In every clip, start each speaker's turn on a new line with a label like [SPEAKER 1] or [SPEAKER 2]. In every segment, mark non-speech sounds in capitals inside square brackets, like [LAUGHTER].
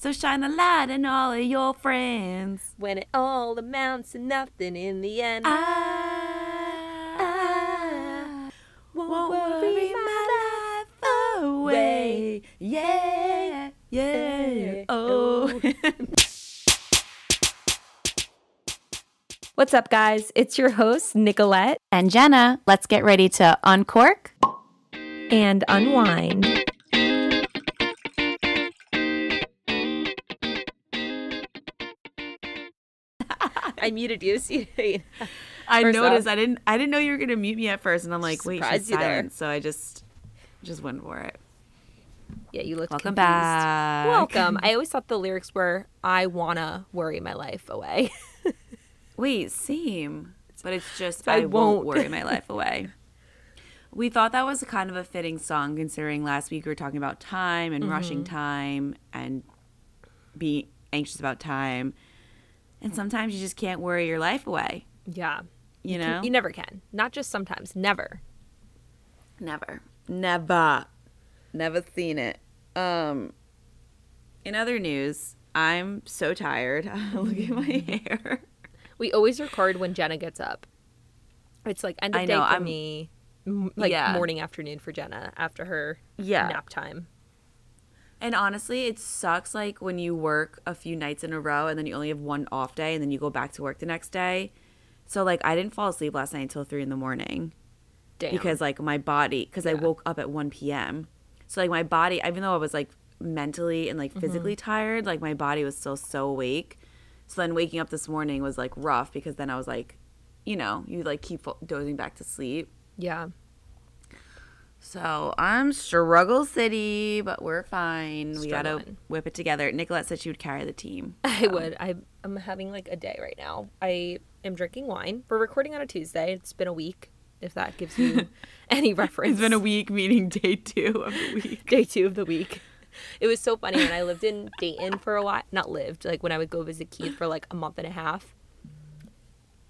[SPEAKER 1] So shine a light on all of your friends.
[SPEAKER 2] When it all amounts to nothing in the end.
[SPEAKER 1] Ah, I,
[SPEAKER 2] won't
[SPEAKER 1] ah. won't worry my life away. Yeah, yeah,
[SPEAKER 2] Yeah.
[SPEAKER 1] oh.
[SPEAKER 2] What's up, guys? It's your host, Nicolette,
[SPEAKER 1] and Jenna, let's get ready to uncork.
[SPEAKER 2] and Unwind. [LAUGHS] I muted you, [LAUGHS] so you
[SPEAKER 1] I
[SPEAKER 2] First
[SPEAKER 1] noticed I didn't I didn't know you were gonna mute me at first, and I'm like, wait, she's
[SPEAKER 2] Surprised you there.
[SPEAKER 1] silent. So I just just went for it.
[SPEAKER 2] yeah, you looked
[SPEAKER 1] Welcome
[SPEAKER 2] confused.
[SPEAKER 1] back. [LAUGHS]
[SPEAKER 2] Welcome. I always thought the lyrics were "I wanna worry my life away." [LAUGHS]
[SPEAKER 1] Wait, same. But it's just
[SPEAKER 2] I
[SPEAKER 1] I, won't
[SPEAKER 2] won't.
[SPEAKER 1] worry my life [LAUGHS] away. We thought that was kind of a fitting song considering last week we were talking about time and rushing time and being anxious about time. And sometimes you just can't worry your life away,
[SPEAKER 2] yeah,
[SPEAKER 1] you know?
[SPEAKER 2] you never can. Not just sometimes. Never.
[SPEAKER 1] Never. Never. Never seen it. Um in other news, I'm so tired. [LAUGHS] Look at my hair.
[SPEAKER 2] We always record when Jenna gets up. It's like end of
[SPEAKER 1] I
[SPEAKER 2] day
[SPEAKER 1] know,
[SPEAKER 2] for
[SPEAKER 1] I'm-
[SPEAKER 2] me, m- like
[SPEAKER 1] Yeah.
[SPEAKER 2] morning afternoon for Jenna after her
[SPEAKER 1] Yeah.
[SPEAKER 2] nap time.
[SPEAKER 1] And honestly, it sucks like when you work a few nights in a row and then you only have one off day and then you go back to work the next day. So like I didn't fall asleep last night until three in the morning
[SPEAKER 2] Damn.
[SPEAKER 1] because like my body because I woke up at one p.m. So like my body, even though I was like mentally and like physically tired, like my body was still so awake. So then waking up this morning was like rough because then I was like, you know, you like keep fo- dozing back to sleep. [LAUGHS]
[SPEAKER 2] yeah,
[SPEAKER 1] So I'm struggle city, but we're fine. We gotta
[SPEAKER 2] Struggling.
[SPEAKER 1] whip it together. Nicolette said she would carry the team.
[SPEAKER 2] I would. I I'm having like a day right now. I am drinking wine. We're recording on a Tuesday. It's been a week. If that gives you
[SPEAKER 1] [LAUGHS]
[SPEAKER 2] any
[SPEAKER 1] [LAUGHS]
[SPEAKER 2] reference,
[SPEAKER 1] It's been a week, meaning day two of the week.
[SPEAKER 2] [LAUGHS] day two of the week. It was so funny when I lived [LAUGHS] in Dayton for a while. Not lived, like when I would go visit Keith for like a month and a half.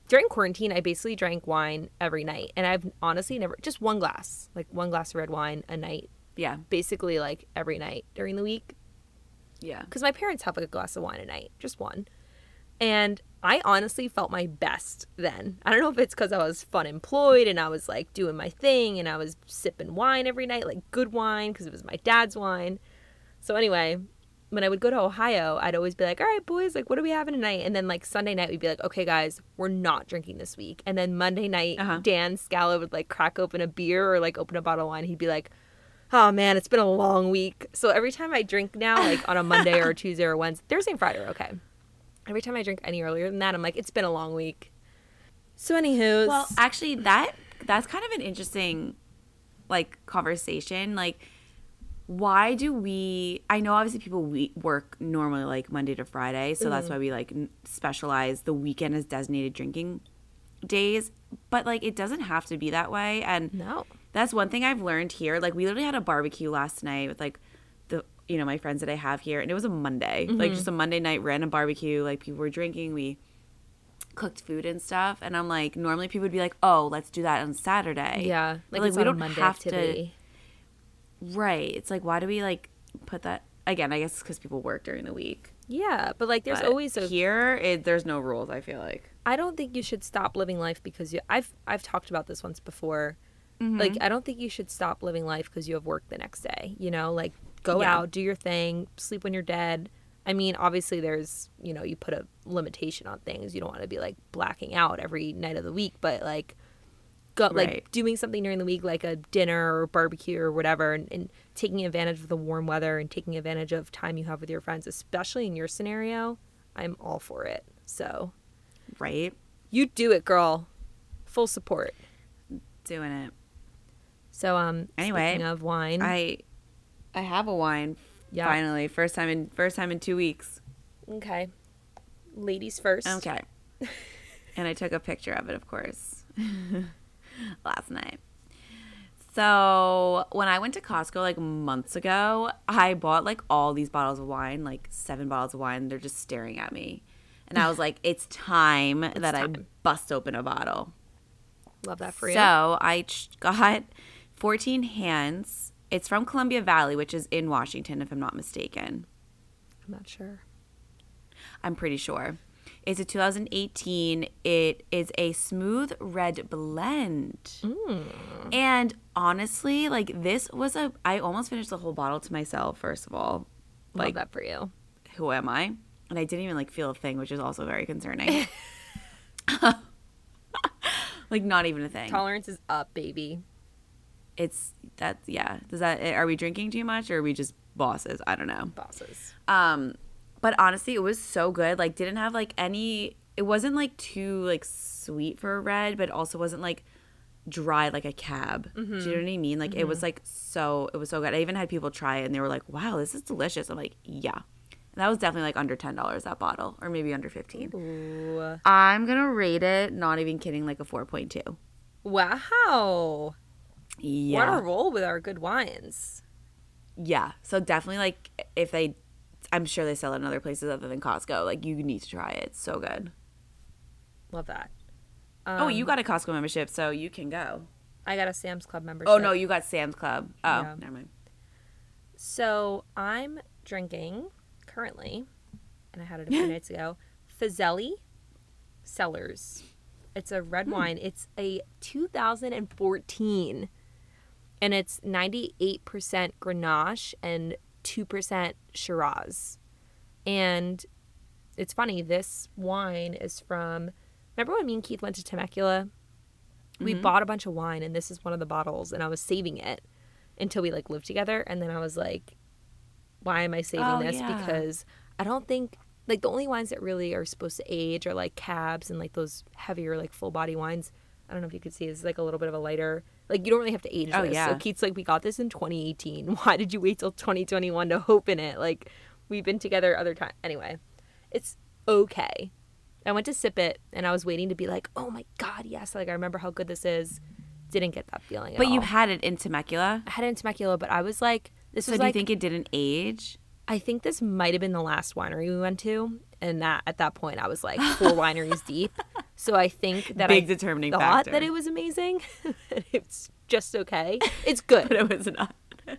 [SPEAKER 2] During quarantine, I basically drank wine every night. And I've honestly never, just one glass, like one glass of red wine a night,
[SPEAKER 1] Yeah,
[SPEAKER 2] basically like every night during the week.
[SPEAKER 1] yeah.
[SPEAKER 2] Because my parents have like a glass of wine a night, just one. And I honestly felt my best then. I don't know if it's because I was fun employed and I was like doing my thing and I was sipping wine every night, like good wine, because it was my dad's wine. So, anyway, when I would go to Ohio, I'd always be like, all right, boys, like, what are we having tonight? And then, like, Sunday night, we'd be like, okay, guys, we're not drinking this week. And then Monday night,
[SPEAKER 1] Uh-huh.
[SPEAKER 2] Dan Scala would like crack open a beer or like open a bottle of wine. He'd be like, oh man, it's been a long week. So every time I drink now, like on a
[SPEAKER 1] [LAUGHS]
[SPEAKER 2] Monday or a Tuesday or Wednesday, Thursday and Friday are okay. Every time I drink any earlier than that, I'm like, it's been a long week. So, anywho,
[SPEAKER 1] Well, actually, that that's kind of an interesting like conversation. Like, why do we? I know obviously people we work normally like Monday to Friday, so that's why we like n- specialize the weekend as designated drinking days. But like, it doesn't have to be that way. And
[SPEAKER 2] no.
[SPEAKER 1] That's one thing I've learned here. Like we literally had a barbecue last night with like the you know my friends that I have here, and it was a Monday,
[SPEAKER 2] Mm-hmm.
[SPEAKER 1] like just a Monday night random barbecue. Like people were drinking, we cooked food and stuff, and I'm like, normally people would be like, oh, let's do that on Saturday.
[SPEAKER 2] Yeah.
[SPEAKER 1] But,
[SPEAKER 2] Like, it's
[SPEAKER 1] we
[SPEAKER 2] on a
[SPEAKER 1] don't
[SPEAKER 2] Monday
[SPEAKER 1] have to.
[SPEAKER 2] activity.
[SPEAKER 1] Right. It's like why do we like put that again? I guess it's because people work during the week.
[SPEAKER 2] Yeah. But like, there's
[SPEAKER 1] But
[SPEAKER 2] always a
[SPEAKER 1] here. It, there's no rules. I feel like.
[SPEAKER 2] I don't think you should stop living life because you I've I've talked about this once before.
[SPEAKER 1] Mm-hmm.
[SPEAKER 2] Like I don't think you should stop living life because you have work the next day, you know? Like go
[SPEAKER 1] Yeah.
[SPEAKER 2] out, do your thing, sleep when you're dead. I mean, obviously there's, you know, you put a limitation on things. You don't want to be like blacking out every night of the week, but like go
[SPEAKER 1] Right.
[SPEAKER 2] like doing something during the week like a dinner or barbecue or whatever and, and taking advantage of the warm weather and taking advantage of time you have with your friends, especially in your scenario, I'm all for it. So
[SPEAKER 1] Right.
[SPEAKER 2] you do it, girl. Full support.
[SPEAKER 1] Doing it.
[SPEAKER 2] So um
[SPEAKER 1] Anyway,
[SPEAKER 2] speaking of wine.
[SPEAKER 1] I. I have a wine.
[SPEAKER 2] Mm. Yeah.
[SPEAKER 1] Finally, first time in first time in two weeks.
[SPEAKER 2] okay. Ladies first.
[SPEAKER 1] Okay. [LAUGHS] and I took a picture of it, of course, [LAUGHS] last night. So when I went to Costco like months ago, I bought like all these bottles of wine, like seven bottles of wine. They're just staring at me. And I was like, [LAUGHS] it's time that I
[SPEAKER 2] time.
[SPEAKER 1] bust open a bottle.
[SPEAKER 2] Love that for you.
[SPEAKER 1] So I ch- got 14 hands. It's from Columbia Valley, which is in Washington, if I'm not mistaken.
[SPEAKER 2] I'm not sure.
[SPEAKER 1] I'm pretty sure. It's a 2018. It is a smooth red blend. And honestly, like this was a I almost finished the whole bottle to myself first of all.
[SPEAKER 2] Love
[SPEAKER 1] Like
[SPEAKER 2] that for you.
[SPEAKER 1] who am I? And I didn't even like feel a thing, which is also very concerning. [LAUGHS] like not even a thing.
[SPEAKER 2] Tolerance is up, baby.
[SPEAKER 1] It's that's yeah. Does that are we drinking too much or are we just bosses? I don't know.
[SPEAKER 2] Bosses.
[SPEAKER 1] Um, but honestly, it was so good. Like, didn't have like any. It wasn't like too like sweet for a red, but also wasn't like dry like a cab.
[SPEAKER 2] Mm-hmm.
[SPEAKER 1] Do you know what I mean? Like, it was like so. It was so good. I even had people try it and they were like, "Wow, this is delicious." I'm like, "Yeah." And that was definitely like under ten dollars that bottle, or maybe under fifteen.
[SPEAKER 2] Ooh.
[SPEAKER 1] I'm gonna rate it. Not even kidding, like a four point two.
[SPEAKER 2] Wow.
[SPEAKER 1] Yeah.
[SPEAKER 2] What a roll with our good wines.
[SPEAKER 1] Yeah. So definitely like if they I'm sure they sell it in other places other than Costco. Like you need to try it. It's so good.
[SPEAKER 2] Love that. Um,
[SPEAKER 1] oh, you got a Costco membership, so you can go.
[SPEAKER 2] I got a Sam's Club membership.
[SPEAKER 1] Oh no, you got Sam's Club. Oh,
[SPEAKER 2] Yeah.
[SPEAKER 1] never mind.
[SPEAKER 2] So I'm drinking currently, and I had it a
[SPEAKER 1] [LAUGHS]
[SPEAKER 2] few nights ago. Fazeli Cellars. It's a
[SPEAKER 1] Hmm.
[SPEAKER 2] red wine. It's a 2014, and it's 98% Grenache and 2% Shiraz. And it's funny. This wine is from. Remember when me and Keith went to Temecula? We
[SPEAKER 1] Mm-hmm.
[SPEAKER 2] bought a bunch of wine, and this is one of the bottles, and I was saving it until we like lived together and then i was like why am i saving
[SPEAKER 1] Oh,
[SPEAKER 2] this
[SPEAKER 1] yeah.
[SPEAKER 2] because i don't think like the only wines that really are supposed to age are like cabs and like those heavier like full body wines i don't know if you could see it's like a little bit of a lighter like you don't really have to age
[SPEAKER 1] Oh,
[SPEAKER 2] this so
[SPEAKER 1] yeah.
[SPEAKER 2] keith's like we got this in 2018 [LAUGHS] why did you wait till 2021 to open it like we've been together other time anyway it's okay i went to sip it and i was waiting to be like oh my god yes like i remember how good this is didn't get that feeling at
[SPEAKER 1] But you
[SPEAKER 2] all.
[SPEAKER 1] had it in Temecula.
[SPEAKER 2] I had it in Temecula, but I was like, this
[SPEAKER 1] So
[SPEAKER 2] was
[SPEAKER 1] do
[SPEAKER 2] like,
[SPEAKER 1] you think it didn't age?
[SPEAKER 2] I think this might have been the last winery we went to, and that at that point I was
[SPEAKER 1] [LAUGHS]
[SPEAKER 2] like four wineries deep. So I think that
[SPEAKER 1] Big
[SPEAKER 2] I
[SPEAKER 1] determining
[SPEAKER 2] thought
[SPEAKER 1] factor. [LAUGHS]
[SPEAKER 2] that it was amazing. [LAUGHS] it's just okay. It's good.
[SPEAKER 1] But uh, it was not.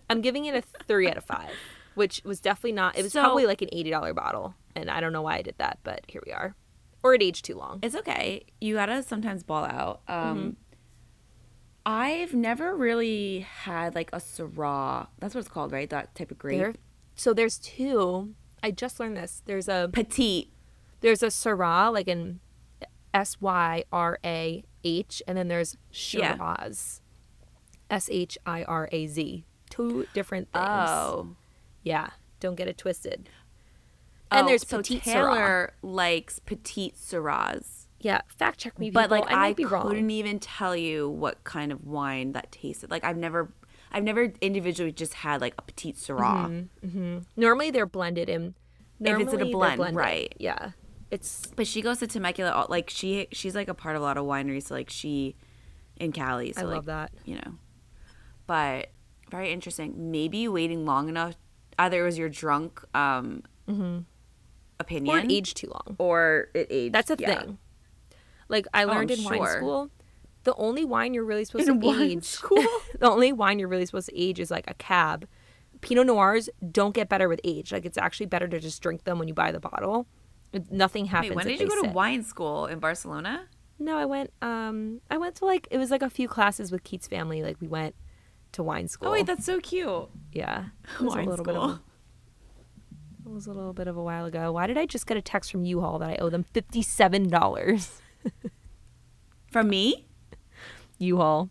[SPEAKER 2] I'm giving it a three out of five, which was definitely not. It was
[SPEAKER 1] So-
[SPEAKER 2] probably like an eighty dollar bottle, and I don't know why I did that, but here we are. Or it aged too long.
[SPEAKER 1] It's okay. You gotta sometimes ball out. Um I've never really had like a Syrah. That's what it's called, right? That type of grape.
[SPEAKER 2] There- so there's two. I just learned this. There's a
[SPEAKER 1] Petite.
[SPEAKER 2] there's a Syrah, like an S Y R A H, and then there's
[SPEAKER 1] Yeah.
[SPEAKER 2] Shiraz, S H I R A Z. Two different things.
[SPEAKER 1] Oh.
[SPEAKER 2] Yeah, don't get it twisted. And there's
[SPEAKER 1] Oh, so
[SPEAKER 2] Petite Syrah.
[SPEAKER 1] Taylor likes petite Syrahs.
[SPEAKER 2] Yeah, fact check me, people.
[SPEAKER 1] but like
[SPEAKER 2] I
[SPEAKER 1] I,
[SPEAKER 2] might be
[SPEAKER 1] couldn't
[SPEAKER 2] wrong.
[SPEAKER 1] even tell you what kind of wine that tasted like. I've never, I've never individually just had like a petite Syrah.
[SPEAKER 2] Mm-hmm. Normally they're blended in.
[SPEAKER 1] If
[SPEAKER 2] Normally
[SPEAKER 1] it's in a
[SPEAKER 2] they're
[SPEAKER 1] blend,
[SPEAKER 2] blended.
[SPEAKER 1] right.
[SPEAKER 2] Yeah, it's
[SPEAKER 1] But she goes to Temecula, all- like she she's like a part of a lot of wineries. So like she in Cali, so
[SPEAKER 2] I
[SPEAKER 1] like,
[SPEAKER 2] love that.
[SPEAKER 1] You know, but very interesting. Maybe waiting long enough, either it was your drunk um opinion
[SPEAKER 2] Mm-hmm. or it aged too long.
[SPEAKER 1] or it aged.
[SPEAKER 2] That's a
[SPEAKER 1] yeah.
[SPEAKER 2] thing. Like I
[SPEAKER 1] I'm
[SPEAKER 2] learned in wine
[SPEAKER 1] sure.
[SPEAKER 2] school, the only wine you're really supposed
[SPEAKER 1] In
[SPEAKER 2] to
[SPEAKER 1] wine
[SPEAKER 2] age. [LAUGHS]
[SPEAKER 1] school?
[SPEAKER 2] the only wine you're really supposed to age is like a cab. Pinot Noirs don't get better with age. Like it's actually better to just drink them when you buy the bottle. It- Nothing happens.
[SPEAKER 1] Wait, when
[SPEAKER 2] if
[SPEAKER 1] did you
[SPEAKER 2] they
[SPEAKER 1] go to
[SPEAKER 2] sit.
[SPEAKER 1] wine school in Barcelona?
[SPEAKER 2] No, I went. Um, I went to like it was like a few classes with Keats' family. Like we went to wine school.
[SPEAKER 1] Oh wait, that's so cute.
[SPEAKER 2] yeah.
[SPEAKER 1] [LAUGHS]
[SPEAKER 2] It was
[SPEAKER 1] Wine
[SPEAKER 2] a little bit of.
[SPEAKER 1] school.
[SPEAKER 2] A, it was a little bit of a while ago. Why did I just get a text from U-Haul that I owe them fifty-seven dollars? [LAUGHS]
[SPEAKER 1] From me?
[SPEAKER 2] U-Haul.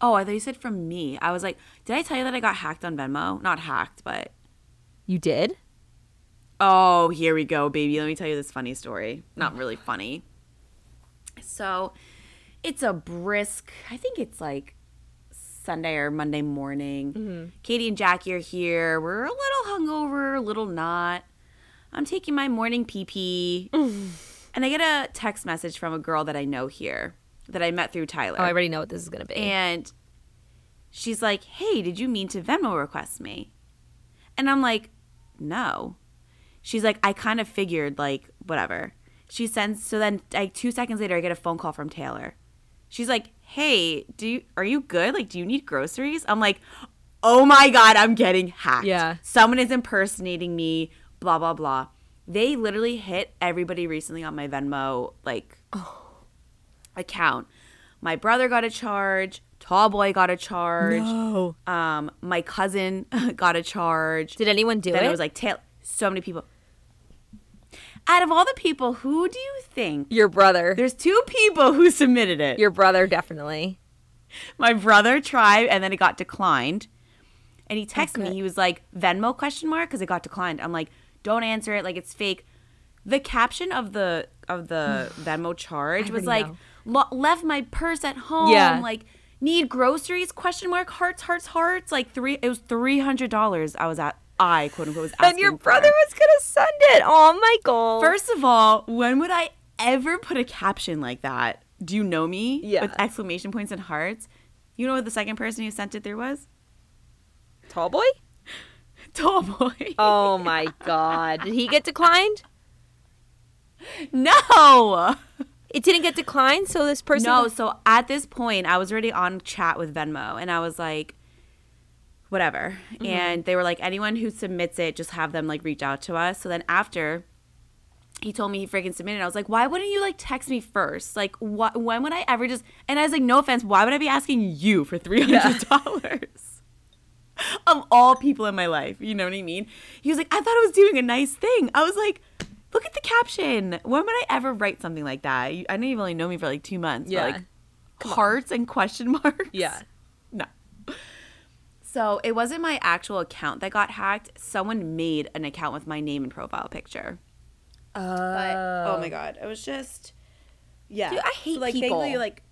[SPEAKER 1] Oh, I thought you said from me. I was like, did I tell you that I got hacked on Venmo? Not hacked, but
[SPEAKER 2] You did?
[SPEAKER 1] oh, here we go, baby. Let me tell you this funny story. Not really funny. So, it's a brisk. I think it's like Sunday or Monday morning. Katie and Jackie are here. We're a little hungover, a little not. I'm taking my morning pee pee, and I get a text message from a girl that I know here that I met through Tyler.
[SPEAKER 2] Oh, I already know what this is gonna be.
[SPEAKER 1] And she's like, Hey, did you mean to Venmo request me? And I'm like, No. She's like, I kind of figured, like, whatever. She sends, so then, like, two seconds later, I get a phone call from Taylor. She's like, Hey, do you, are you good? Like, do you need groceries? I'm like, Oh my God, I'm getting hacked.
[SPEAKER 2] Yeah.
[SPEAKER 1] Someone is impersonating me blah blah blah. They literally hit everybody recently on my Venmo like account. My brother got a charge. Tall boy got a charge.
[SPEAKER 2] No.
[SPEAKER 1] Um, my cousin [LAUGHS] got a charge.
[SPEAKER 2] Did anyone do
[SPEAKER 1] then
[SPEAKER 2] it?
[SPEAKER 1] it was like tail. So many people. Out of all the people, who do you think?
[SPEAKER 2] your brother.
[SPEAKER 1] There's two people who [LAUGHS] submitted it.
[SPEAKER 2] Your brother definitely.
[SPEAKER 1] my brother tried and then it got declined and he texted
[SPEAKER 2] good.
[SPEAKER 1] me he was like venmo question mark because it got declined i'm like don't answer it like it's fake the caption of the of
[SPEAKER 2] [SIGHS]
[SPEAKER 1] the venmo charge was
[SPEAKER 2] already
[SPEAKER 1] like "Lo- left my purse at home
[SPEAKER 2] Yeah.
[SPEAKER 1] like need groceries question mark hearts hearts hearts like three it was three hundred dollars i was at i quote unquote was asking
[SPEAKER 2] And your
[SPEAKER 1] for.
[SPEAKER 2] brother was gonna send it. Oh Michael.
[SPEAKER 1] First of all, when would I ever put a caption like that? Do you know me?
[SPEAKER 2] Yeah.
[SPEAKER 1] With exclamation points and hearts. You know what the second person who sent it through was? [LAUGHS]
[SPEAKER 2] tall boy.
[SPEAKER 1] Tall boy.
[SPEAKER 2] [LAUGHS] Oh my god. Did he get declined?
[SPEAKER 1] [LAUGHS] No.
[SPEAKER 2] It didn't get declined, so this person
[SPEAKER 1] No, so at this point I was already on chat with Venmo and I was like whatever. And they were like anyone who submits it just have them like reach out to us. So then after he told me he freaking submitted. I was like, why wouldn't you like text me first? Like, what? When would I ever just? And I was like, no offense, why would I be asking you for three hundred [LAUGHS] dollars? of all people in my life, you know what I mean? He was like, I thought I was doing a nice thing. I was like, look at the caption. When would I ever write something like that? You, I know you've only known me for like two months.
[SPEAKER 2] Yeah.
[SPEAKER 1] But, like hearts and question [LAUGHS] marks.
[SPEAKER 2] Yeah.
[SPEAKER 1] No. So it wasn't my actual account that got hacked. Someone made an account with my name and profile picture. But
[SPEAKER 2] Uh,
[SPEAKER 1] oh my god, it was just yeah.
[SPEAKER 2] Dude, I hate
[SPEAKER 1] like
[SPEAKER 2] people.
[SPEAKER 1] thankfully, like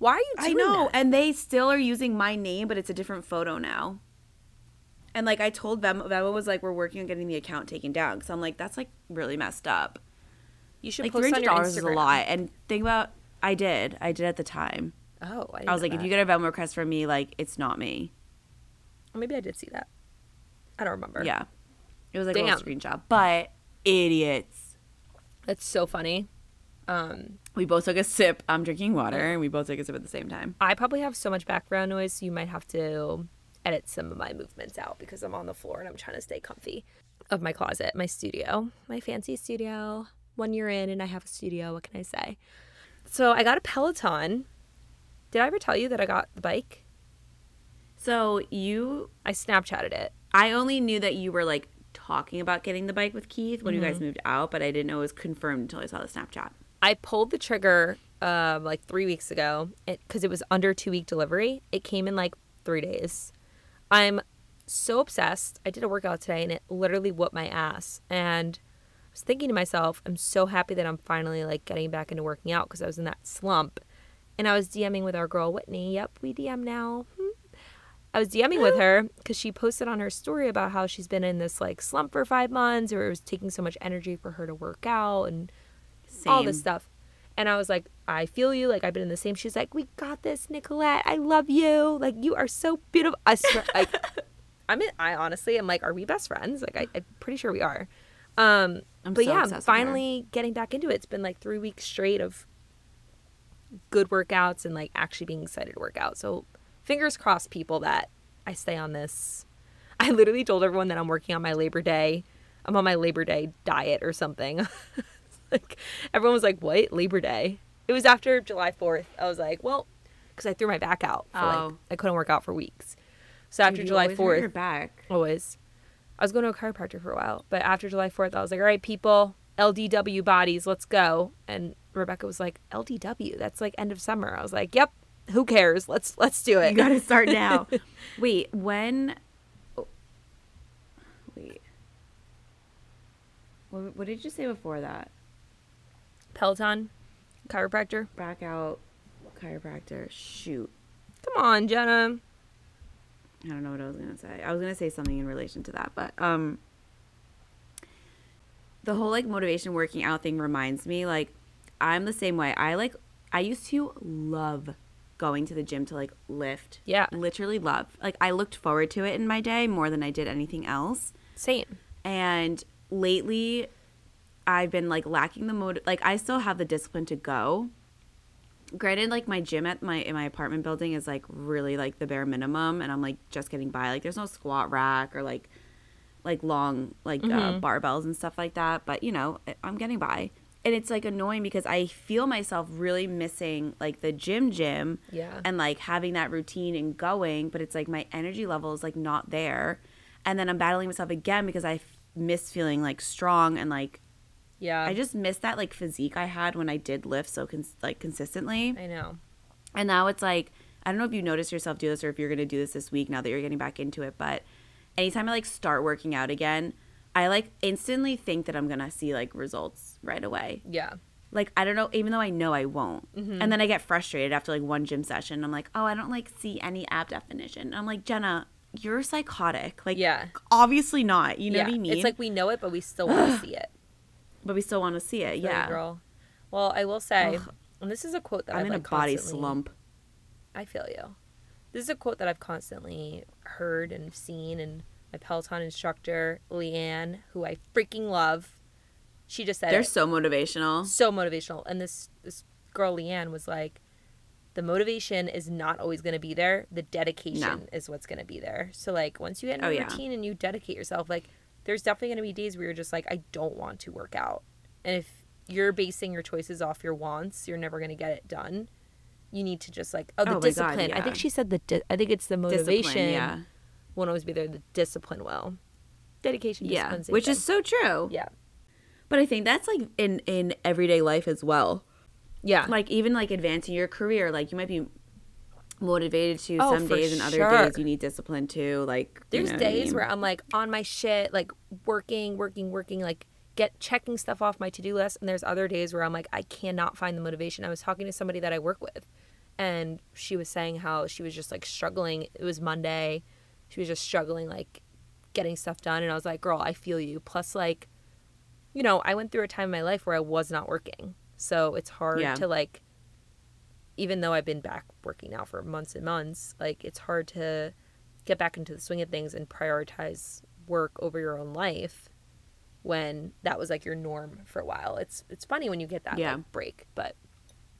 [SPEAKER 2] Why are you doing
[SPEAKER 1] I know,
[SPEAKER 2] that?
[SPEAKER 1] and they still are using my name, but it's a different photo now. And like I told them, Venmo was like, "We're working on getting the account taken down," because I'm like, "That's like really messed up."
[SPEAKER 2] You should
[SPEAKER 1] Like
[SPEAKER 2] post
[SPEAKER 1] three
[SPEAKER 2] on
[SPEAKER 1] hundred
[SPEAKER 2] your
[SPEAKER 1] dollars is a
[SPEAKER 2] Instagram.
[SPEAKER 1] lot, and think about I did, I did at the time.
[SPEAKER 2] Oh, I, didn't
[SPEAKER 1] I was
[SPEAKER 2] know
[SPEAKER 1] like, if
[SPEAKER 2] that.
[SPEAKER 1] you get a Venmo request from me, like it's not me.
[SPEAKER 2] maybe I did see that. I don't remember.
[SPEAKER 1] Yeah, it was like a little
[SPEAKER 2] Damn.
[SPEAKER 1] screenshot. But idiots,
[SPEAKER 2] That's so funny. Um,
[SPEAKER 1] we both took a sip. I'm drinking water, and we both took a sip at the same time.
[SPEAKER 2] I probably have so much background noise, so you might have to edit some of my movements out because I'm on the floor and I'm trying to stay comfy of my closet, my studio, my fancy studio. One year in and I have a studio, what can I say? So I got a Peloton. Did I ever tell you that I got the bike?
[SPEAKER 1] So you,
[SPEAKER 2] I Snapchatted it.
[SPEAKER 1] I only knew that you were like talking about getting the bike with Keith when you guys moved out, but I didn't know it was confirmed until I saw the Snapchat.
[SPEAKER 2] I pulled the trigger um, like three weeks ago because it, was under two week delivery. It came in like three days. I'm so obsessed. I did a workout today and it literally whooped my ass. And I was thinking to myself, I'm so happy that I'm finally like getting back into working out because I was in that slump. And I was DMing with our girl Whitney. Yep, we DM now. Hmm. I was DMing with her because she posted on her story about how she's been in this like slump for five months or it was taking so much energy for her to work out and
[SPEAKER 1] Same.
[SPEAKER 2] all this stuff. And I was like, I feel you. Like I've been in the same. She's like, we got this, Nicolette. I love you. Like you are so beautiful. I swear, I, I mean, I honestly am like, are we best friends? Like I, I'm pretty sure we are. Um,
[SPEAKER 1] I'm
[SPEAKER 2] but
[SPEAKER 1] so
[SPEAKER 2] yeah,
[SPEAKER 1] obsessed with
[SPEAKER 2] I'm
[SPEAKER 1] her.
[SPEAKER 2] finally getting back into it. It's been like three weeks straight of good workouts and like actually being excited to work out. So fingers crossed, people, that I stay on this. [LAUGHS] I literally told everyone that I'm working on my Labor Day. I'm on my Labor Day diet or something. [LAUGHS] like everyone was like, "What Labor Day?" It was after July 4th. I was like, "Well," because I threw my back out. For, like,
[SPEAKER 1] Oh.
[SPEAKER 2] I couldn't work out for weeks. So after July 4th,
[SPEAKER 1] You're back.
[SPEAKER 2] Always. I was going to a chiropractor for a while, but after July 4th, I was like, all right, people, LDW bodies, let's go. And Rebecca was like, LDW, that's like end of summer. I was like, yep, who cares? Let's let's do
[SPEAKER 1] You
[SPEAKER 2] it.
[SPEAKER 1] gotta start now. Wait, when? oh, Wait. What, what did you say before that?
[SPEAKER 2] [LAUGHS] Peloton, chiropractor.
[SPEAKER 1] Back out, chiropractor. Shoot.
[SPEAKER 2] Come on, Jenna.
[SPEAKER 1] I don't know what I was gonna say. I was gonna say something in relation to that, but um, the whole like motivation working out thing reminds me like I'm the same way. I like I used to love going to the gym to like lift.
[SPEAKER 2] Yeah.
[SPEAKER 1] literally love. Like I looked forward to it in my day more than I did anything else.
[SPEAKER 2] Same.
[SPEAKER 1] And lately, I've been like lacking the motive. Like I still have the discipline to go, granted like my gym at my in my apartment building is like really like the bare minimum and i'm like just getting by like there's no squat rack or like like long like uh, barbells and stuff like that but you know I- i'm getting by and it's like annoying because i feel myself really missing like the gym gym
[SPEAKER 2] Yeah.
[SPEAKER 1] and like having that routine and going but it's like my energy level is like not there and then i'm battling myself again because i f- miss feeling like strong and like
[SPEAKER 2] Yeah.
[SPEAKER 1] i just miss that like physique i had when i did lift so cons- like consistently
[SPEAKER 2] I know.
[SPEAKER 1] and now it's like, I don't know if you notice yourself do this or if you're going to do this this week now that you're getting back into it, but anytime I like start working out again, I like instantly think that I'm going to see like results right away.
[SPEAKER 2] Yeah.
[SPEAKER 1] Like, I don't know, even though I know I won't.
[SPEAKER 2] Mm-hmm.
[SPEAKER 1] And then I get frustrated after like one gym session. I'm like, oh, I don't like see any ab definition. And I'm like, Jenna, you're psychotic. Like,
[SPEAKER 2] Yeah.
[SPEAKER 1] obviously not. You know
[SPEAKER 2] yeah.
[SPEAKER 1] what I mean?
[SPEAKER 2] It's like we know it, but we still
[SPEAKER 1] [GASPS]
[SPEAKER 2] want to see it.
[SPEAKER 1] but we still want to see it.
[SPEAKER 2] Really,
[SPEAKER 1] Yeah.
[SPEAKER 2] girl. Well, I will say,
[SPEAKER 1] Ugh.
[SPEAKER 2] and this is a quote that
[SPEAKER 1] I'm
[SPEAKER 2] I've,
[SPEAKER 1] in
[SPEAKER 2] like,
[SPEAKER 1] a body
[SPEAKER 2] constantly-
[SPEAKER 1] slump.
[SPEAKER 2] I feel you. This is a quote that I've constantly heard and seen, and my Peloton instructor, Leanne, who I freaking love, she just said
[SPEAKER 1] They're
[SPEAKER 2] it.
[SPEAKER 1] so motivational.
[SPEAKER 2] so motivational. And this this girl Leanne was like, the motivation is not always going to be there. The dedication
[SPEAKER 1] No.
[SPEAKER 2] is what's going to be there. So like once you get in
[SPEAKER 1] Oh,
[SPEAKER 2] a
[SPEAKER 1] yeah.
[SPEAKER 2] routine and you dedicate yourself, like there's definitely going to be days where you're just like, I don't want to work out. And if you're basing your choices off your wants, you're never going to get it done. You need to just like oh the
[SPEAKER 1] Oh my God,
[SPEAKER 2] discipline. I
[SPEAKER 1] yeah.
[SPEAKER 2] think she said the di- I think it's the motivation
[SPEAKER 1] Discipline. Yeah.
[SPEAKER 2] won't always be there. The discipline will, dedication,
[SPEAKER 1] Yeah.
[SPEAKER 2] discipline, same
[SPEAKER 1] Which
[SPEAKER 2] thing.
[SPEAKER 1] is so true.
[SPEAKER 2] yeah,
[SPEAKER 1] But I think that's like in in everyday life as well.
[SPEAKER 2] yeah,
[SPEAKER 1] Like even like advancing your career, like you might be motivated to
[SPEAKER 2] Oh,
[SPEAKER 1] some
[SPEAKER 2] for
[SPEAKER 1] days and other
[SPEAKER 2] sure.
[SPEAKER 1] days you need discipline too. Like you
[SPEAKER 2] There's
[SPEAKER 1] know what I
[SPEAKER 2] days
[SPEAKER 1] mean?
[SPEAKER 2] where I'm like on my shit, like working, working, working, like get checking stuff off my to-do list and there's other days where I'm like I cannot find the motivation. I was talking to somebody that I work with and she was saying how she was just like struggling. It was Monday. She was just struggling like getting stuff done and I was like, "Girl, I feel you." Plus like you know, I went through a time in my life where I was not working. So it's hard
[SPEAKER 1] Yeah.
[SPEAKER 2] to like even though I've been back working now for months and months, like it's hard to get back into the swing of things and prioritize work over your own life when that was like your norm for a while. It's it's funny when you get that
[SPEAKER 1] Yeah.
[SPEAKER 2] like, break, but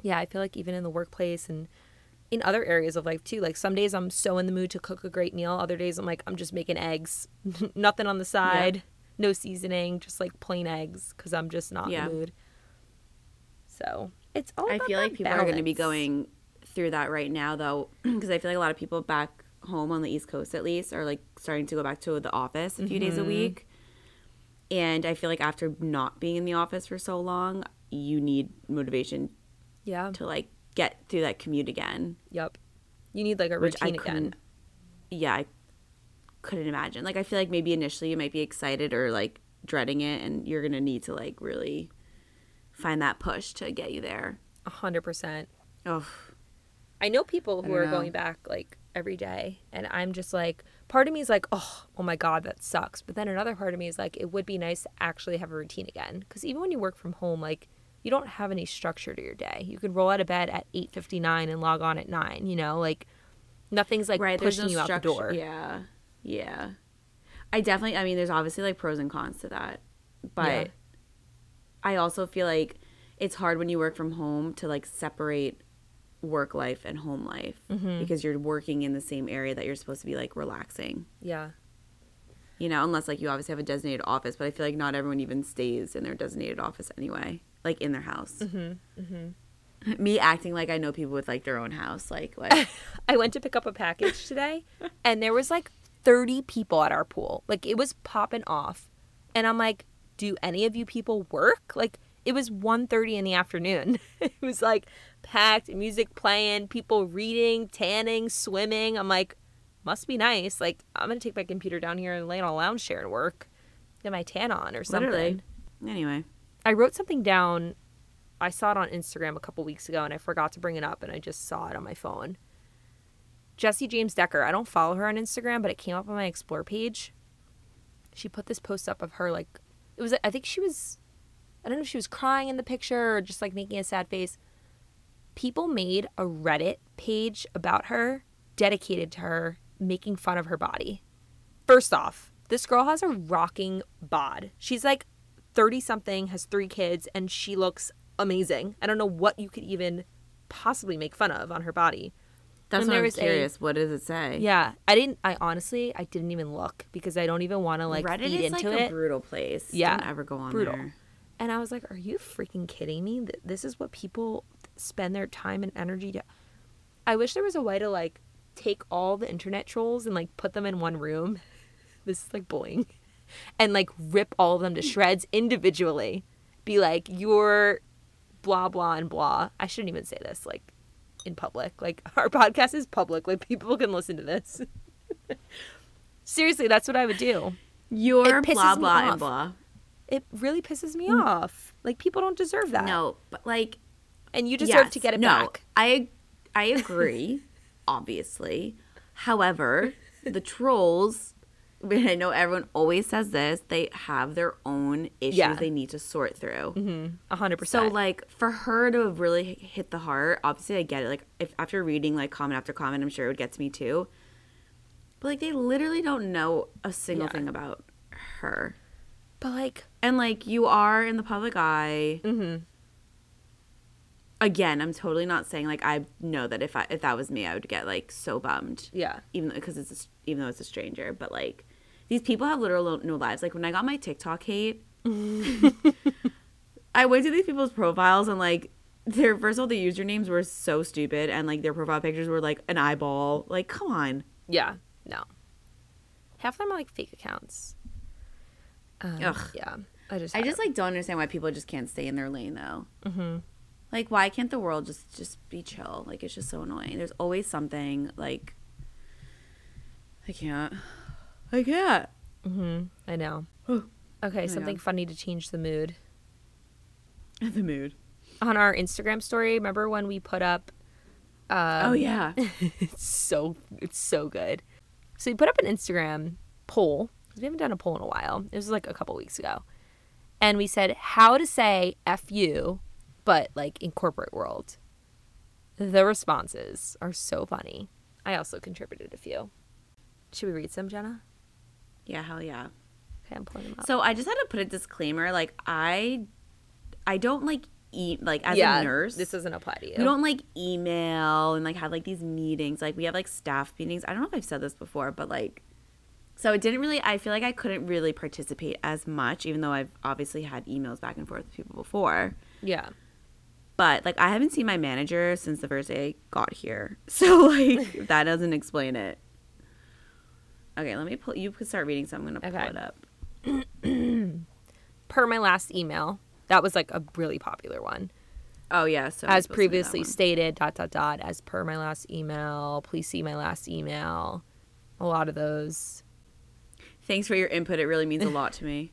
[SPEAKER 2] yeah, I feel like even in the workplace and in other areas of life too, like some days I'm so in the mood to cook a great meal, other days I'm like I'm just making eggs, [LAUGHS] nothing on the side, no seasoning, just like plain eggs because I'm just not
[SPEAKER 1] Yeah.
[SPEAKER 2] in the mood. So it's all.
[SPEAKER 1] I
[SPEAKER 2] about
[SPEAKER 1] feel
[SPEAKER 2] that
[SPEAKER 1] like people are going to be
[SPEAKER 2] balance.
[SPEAKER 1] going through that right now though [CLEARS THROAT] because I feel like a lot of people back home on the East Coast at least are like starting to go back to the office a few days
[SPEAKER 2] Mm-hmm.
[SPEAKER 1] a week. And I feel like after not being in the office for so long, you need motivation
[SPEAKER 2] Yeah.
[SPEAKER 1] to like get through that commute again.
[SPEAKER 2] Yep. You need like a
[SPEAKER 1] which I
[SPEAKER 2] routine
[SPEAKER 1] couldn't.
[SPEAKER 2] again.
[SPEAKER 1] Yeah, I couldn't imagine. Like, I feel like maybe initially you might be excited or like dreading it, and you're gonna need to like really find that push to get you there.
[SPEAKER 2] A hundred percent.
[SPEAKER 1] Oh,
[SPEAKER 2] I know people who
[SPEAKER 1] don't
[SPEAKER 2] are
[SPEAKER 1] know.
[SPEAKER 2] going back like every day, and I'm just like, part of me is like, oh, oh my god, that sucks. But then another part of me is like, it would be nice to actually have a routine again, because even when you work from home, like you don't have any structure to your day. You could roll out of bed at eight fifty nine and log on at nine. You know, like nothing's like
[SPEAKER 1] right. There's no
[SPEAKER 2] pushing you out the
[SPEAKER 1] structure.
[SPEAKER 2] door.
[SPEAKER 1] Yeah, yeah. I definitely. I mean, there's obviously like pros and cons to that, but
[SPEAKER 2] Yeah.
[SPEAKER 1] I also feel like it's hard when you work from home to like separate work life and home life
[SPEAKER 2] Mm-hmm.
[SPEAKER 1] because you're working in the same area that you're supposed to be like relaxing.
[SPEAKER 2] yeah.
[SPEAKER 1] you know, unless like you obviously have a designated office, but I feel like not everyone even stays in their designated office anyway, like in their house. Mm-hmm. Mm-hmm. [LAUGHS] Me acting like I know people with like their own house, like what?
[SPEAKER 2] [LAUGHS] I went to pick up a package today and there was like 30 people at our pool. Like it was popping off. And I'm like, do any of you people work? Like it was 1:30 in the afternoon. [LAUGHS] it was like packed, music playing, people reading, tanning, swimming. I'm like, must be nice. Like I'm going to take my computer down here and lay on a lounge chair and work. Get my tan on or something.
[SPEAKER 1] literally. Anyway,
[SPEAKER 2] I wrote something down. I saw it on Instagram a couple weeks ago and I forgot to bring it up and I just saw it on my phone. Jesse James Decker, I don't follow her on Instagram, but it came up on my explore page. She put this post up of her like it was I think she was I don't know if she was crying in the picture or just like making a sad face. People made a Reddit page about her dedicated to her making fun of her body. First off, this girl has a rocking bod. She's like 30 something, has three kids, and she looks amazing. I don't know what you could even possibly make fun of on her body.
[SPEAKER 1] That's
[SPEAKER 2] And
[SPEAKER 1] what
[SPEAKER 2] there
[SPEAKER 1] I'm
[SPEAKER 2] was a-
[SPEAKER 1] curious. what does it say?
[SPEAKER 2] Yeah, I didn't. I honestly, I didn't even look because I don't even want to like
[SPEAKER 1] Reddit
[SPEAKER 2] feed
[SPEAKER 1] is like
[SPEAKER 2] into
[SPEAKER 1] a
[SPEAKER 2] it.
[SPEAKER 1] brutal place.
[SPEAKER 2] Yeah.
[SPEAKER 1] Don't ever go on
[SPEAKER 2] Brutal.
[SPEAKER 1] there.
[SPEAKER 2] and I was like, "Are you freaking kidding me? Th- This is what people spend their time and energy to." I wish there was a way to like take all the internet trolls and like put them in one room. [LAUGHS] This is like bullying, and like rip all of them [LAUGHS] to shreds individually. Be like, "You're blah blah and blah." I shouldn't even say this like in public. Like [LAUGHS] our podcast is public. Like people can listen to this. [LAUGHS] Seriously, that's what I would do
[SPEAKER 1] Your
[SPEAKER 2] It pisses
[SPEAKER 1] blah
[SPEAKER 2] me
[SPEAKER 1] blah and
[SPEAKER 2] off.
[SPEAKER 1] blah.
[SPEAKER 2] it really pisses me off. Like people don't deserve that.
[SPEAKER 1] No, but like
[SPEAKER 2] and you deserve Uh, to
[SPEAKER 1] yes,
[SPEAKER 2] get it
[SPEAKER 1] no,
[SPEAKER 2] back.
[SPEAKER 1] I I agree, [LAUGHS] obviously. However, the trolls [LAUGHS] and I know everyone always says this, they have their own issues
[SPEAKER 2] Yeah.
[SPEAKER 1] they need to sort through.
[SPEAKER 2] A hundred
[SPEAKER 1] So
[SPEAKER 2] percent.
[SPEAKER 1] like for her to have really h- hit the heart, obviously I get it. Like if after reading like comment after comment, I'm sure it would get to me too. But like they literally don't know a single
[SPEAKER 2] Yeah.
[SPEAKER 1] thing about her.
[SPEAKER 2] but like,
[SPEAKER 1] And like you are in the public eye. Again, I'm totally not saying like I know that if I if that was me, I would get like so bummed.
[SPEAKER 2] yeah,
[SPEAKER 1] Even because it's a s even though it's a stranger, but like these people have literal no lives. Like when I got my TikTok [LAUGHS] hate, I went to these people's profiles and like their first of all the usernames were so stupid and like their profile pictures were like an eyeball. Like come on.
[SPEAKER 2] yeah, no. Half of them are like fake accounts. Um,
[SPEAKER 1] Ugh.
[SPEAKER 2] Yeah, I just,
[SPEAKER 1] I just like don't understand why people just can't stay in their lane though. Mm-hmm. Like, why can't the world just just be chill? Like, it's just so annoying. There's always something. Like, I can't. I can't. [LAUGHS] [GASPS]
[SPEAKER 2] I know.
[SPEAKER 1] Oh,
[SPEAKER 2] Okay, something funny to change the mood.
[SPEAKER 1] the mood.
[SPEAKER 2] On our Instagram story, remember when we put up?
[SPEAKER 1] oh yeah.
[SPEAKER 2] It's so, it's so good. So we put up an Instagram poll 'cause we haven't done a poll in a while. It was like a couple weeks ago, and we said how to say "f you," but like in corporate world. The responses are so funny. I also contributed a few. Should we read some, Jenna?
[SPEAKER 1] [LAUGHS] yeah. Hell yeah.
[SPEAKER 2] Okay, I'm pulling them up.
[SPEAKER 1] So I just had to put a disclaimer. Like, I, I don't like eat. Like as a nurse,
[SPEAKER 2] this doesn't apply to you.
[SPEAKER 1] we don't like email and like have like these meetings. Like we have like staff meetings. I don't know if I've said this before, but like so it didn't really I feel like I couldn't really participate as much even though I've obviously had emails back and forth with people before.
[SPEAKER 2] yeah,
[SPEAKER 1] But like I haven't seen my manager since the first day I got here. [LAUGHS] So
[SPEAKER 2] [LAUGHS]
[SPEAKER 1] like that doesn't explain it. Okay, let me pull you can start reading so I'm going to pull
[SPEAKER 2] Okay.
[SPEAKER 1] it up.
[SPEAKER 2] per my last email, that was like a really popular one.
[SPEAKER 1] Oh yeah, so I'm
[SPEAKER 2] as
[SPEAKER 1] supposed to read that
[SPEAKER 2] previously
[SPEAKER 1] one.
[SPEAKER 2] stated, dot dot dot, as per my last email, please see my last email. A lot of those.
[SPEAKER 1] Thanks for your input. It really means a lot to [LAUGHS] me.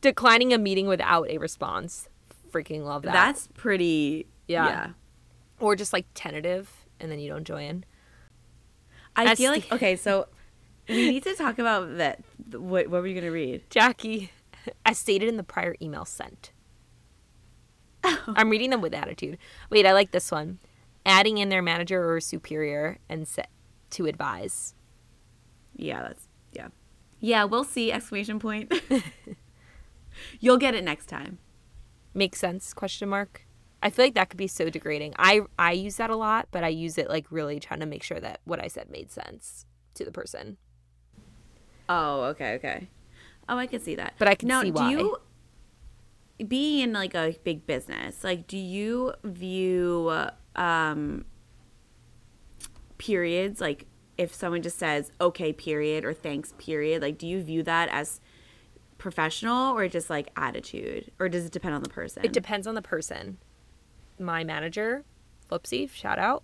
[SPEAKER 2] Declining a meeting without a response. Freaking love that.
[SPEAKER 1] That's pretty
[SPEAKER 2] Yeah.
[SPEAKER 1] yeah.
[SPEAKER 2] or just like tentative and then you don't join.
[SPEAKER 1] I
[SPEAKER 2] As
[SPEAKER 1] feel
[SPEAKER 2] the-
[SPEAKER 1] [LAUGHS] like okay, so we need to talk about that. What what were you gonna read?
[SPEAKER 2] Jackie, [LAUGHS] as stated in the prior email sent.
[SPEAKER 1] Oh.
[SPEAKER 2] I'm reading them with attitude. Wait, I like this one. Adding in their manager or superior and set to advise.
[SPEAKER 1] Yeah, that's yeah, yeah. We'll see! Exclamation point. [LAUGHS] You'll get it next time.
[SPEAKER 2] Makes sense? Question mark. I feel like that could be so degrading. I I use that a lot, but I use it like really trying to make sure that what I said made sense to the person.
[SPEAKER 1] Oh, okay, okay. Oh, I can see that.
[SPEAKER 2] But I can
[SPEAKER 1] now,
[SPEAKER 2] see
[SPEAKER 1] do
[SPEAKER 2] why.
[SPEAKER 1] you being in like a big business? Like, do you view um periods like if someone just says okay period or thanks period? Like, do you view that as professional or just like attitude or does it depend on the person?
[SPEAKER 2] It depends on the person. My manager, Flipsy, shout out.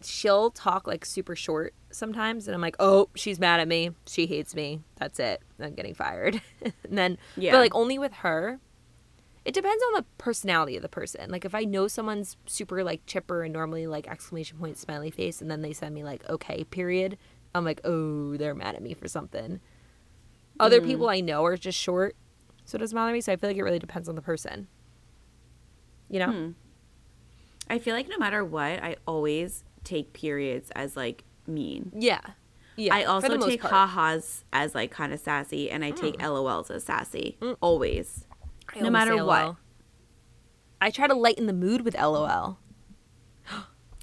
[SPEAKER 2] She'll talk like super short sometimes, and I'm like, oh, she's mad at me. She hates me. That's it. I'm getting fired. [LAUGHS] and then,
[SPEAKER 1] Yeah.
[SPEAKER 2] but like only with her. It depends on the personality of the person. Like if I know someone's super like chipper and normally like exclamation point smiley face, and then they send me like okay period, I'm like, oh, they're mad at me for something. Other people I know are just short, so it doesn't bother me. So I feel like it really depends on the person. You know?
[SPEAKER 1] I feel like no matter what, I always take periods as like mean.
[SPEAKER 2] Yeah. Yeah.
[SPEAKER 1] I
[SPEAKER 2] for
[SPEAKER 1] also
[SPEAKER 2] the most
[SPEAKER 1] take
[SPEAKER 2] part.
[SPEAKER 1] ha-has as like kind of sassy, and I take LOLs as sassy. Always.
[SPEAKER 2] I
[SPEAKER 1] no
[SPEAKER 2] only
[SPEAKER 1] matter
[SPEAKER 2] say
[SPEAKER 1] what.
[SPEAKER 2] LOL. I try to lighten the mood with LOL.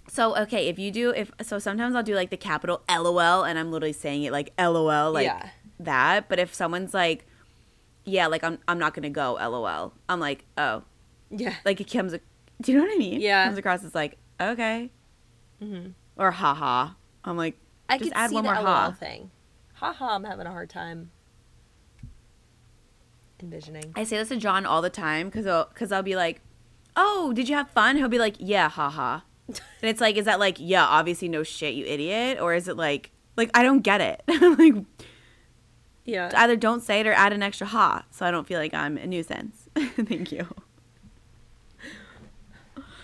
[SPEAKER 1] So okay, if you do if so sometimes I'll do like the capital LOL and I'm literally saying it like LOL like
[SPEAKER 2] Yeah.
[SPEAKER 1] that, but if someone's like yeah, like I'm I'm not going to go LOL. I'm like, "Oh."
[SPEAKER 2] Yeah.
[SPEAKER 1] Like it comes ac- Do you know what I mean?
[SPEAKER 2] Yeah.
[SPEAKER 1] comes across as like, "Okay." Or haha. I'm like
[SPEAKER 2] I
[SPEAKER 1] just
[SPEAKER 2] could
[SPEAKER 1] add
[SPEAKER 2] see
[SPEAKER 1] one
[SPEAKER 2] the
[SPEAKER 1] more
[SPEAKER 2] LOL
[SPEAKER 1] ha.
[SPEAKER 2] thing. Ha ha, I'm having a hard time envisioning.
[SPEAKER 1] I say this to John all the time because I'll, 'cause I'll be like, "Oh, did you have fun?" He'll be like, "Yeah, haha." And it's like, is that like, yeah, obviously, no shit, you idiot, or is it like, like I don't get it. [LAUGHS] like
[SPEAKER 2] Yeah.
[SPEAKER 1] either don't say it or add an extra ha, so I don't feel like I'm a nuisance. [LAUGHS] Thank you.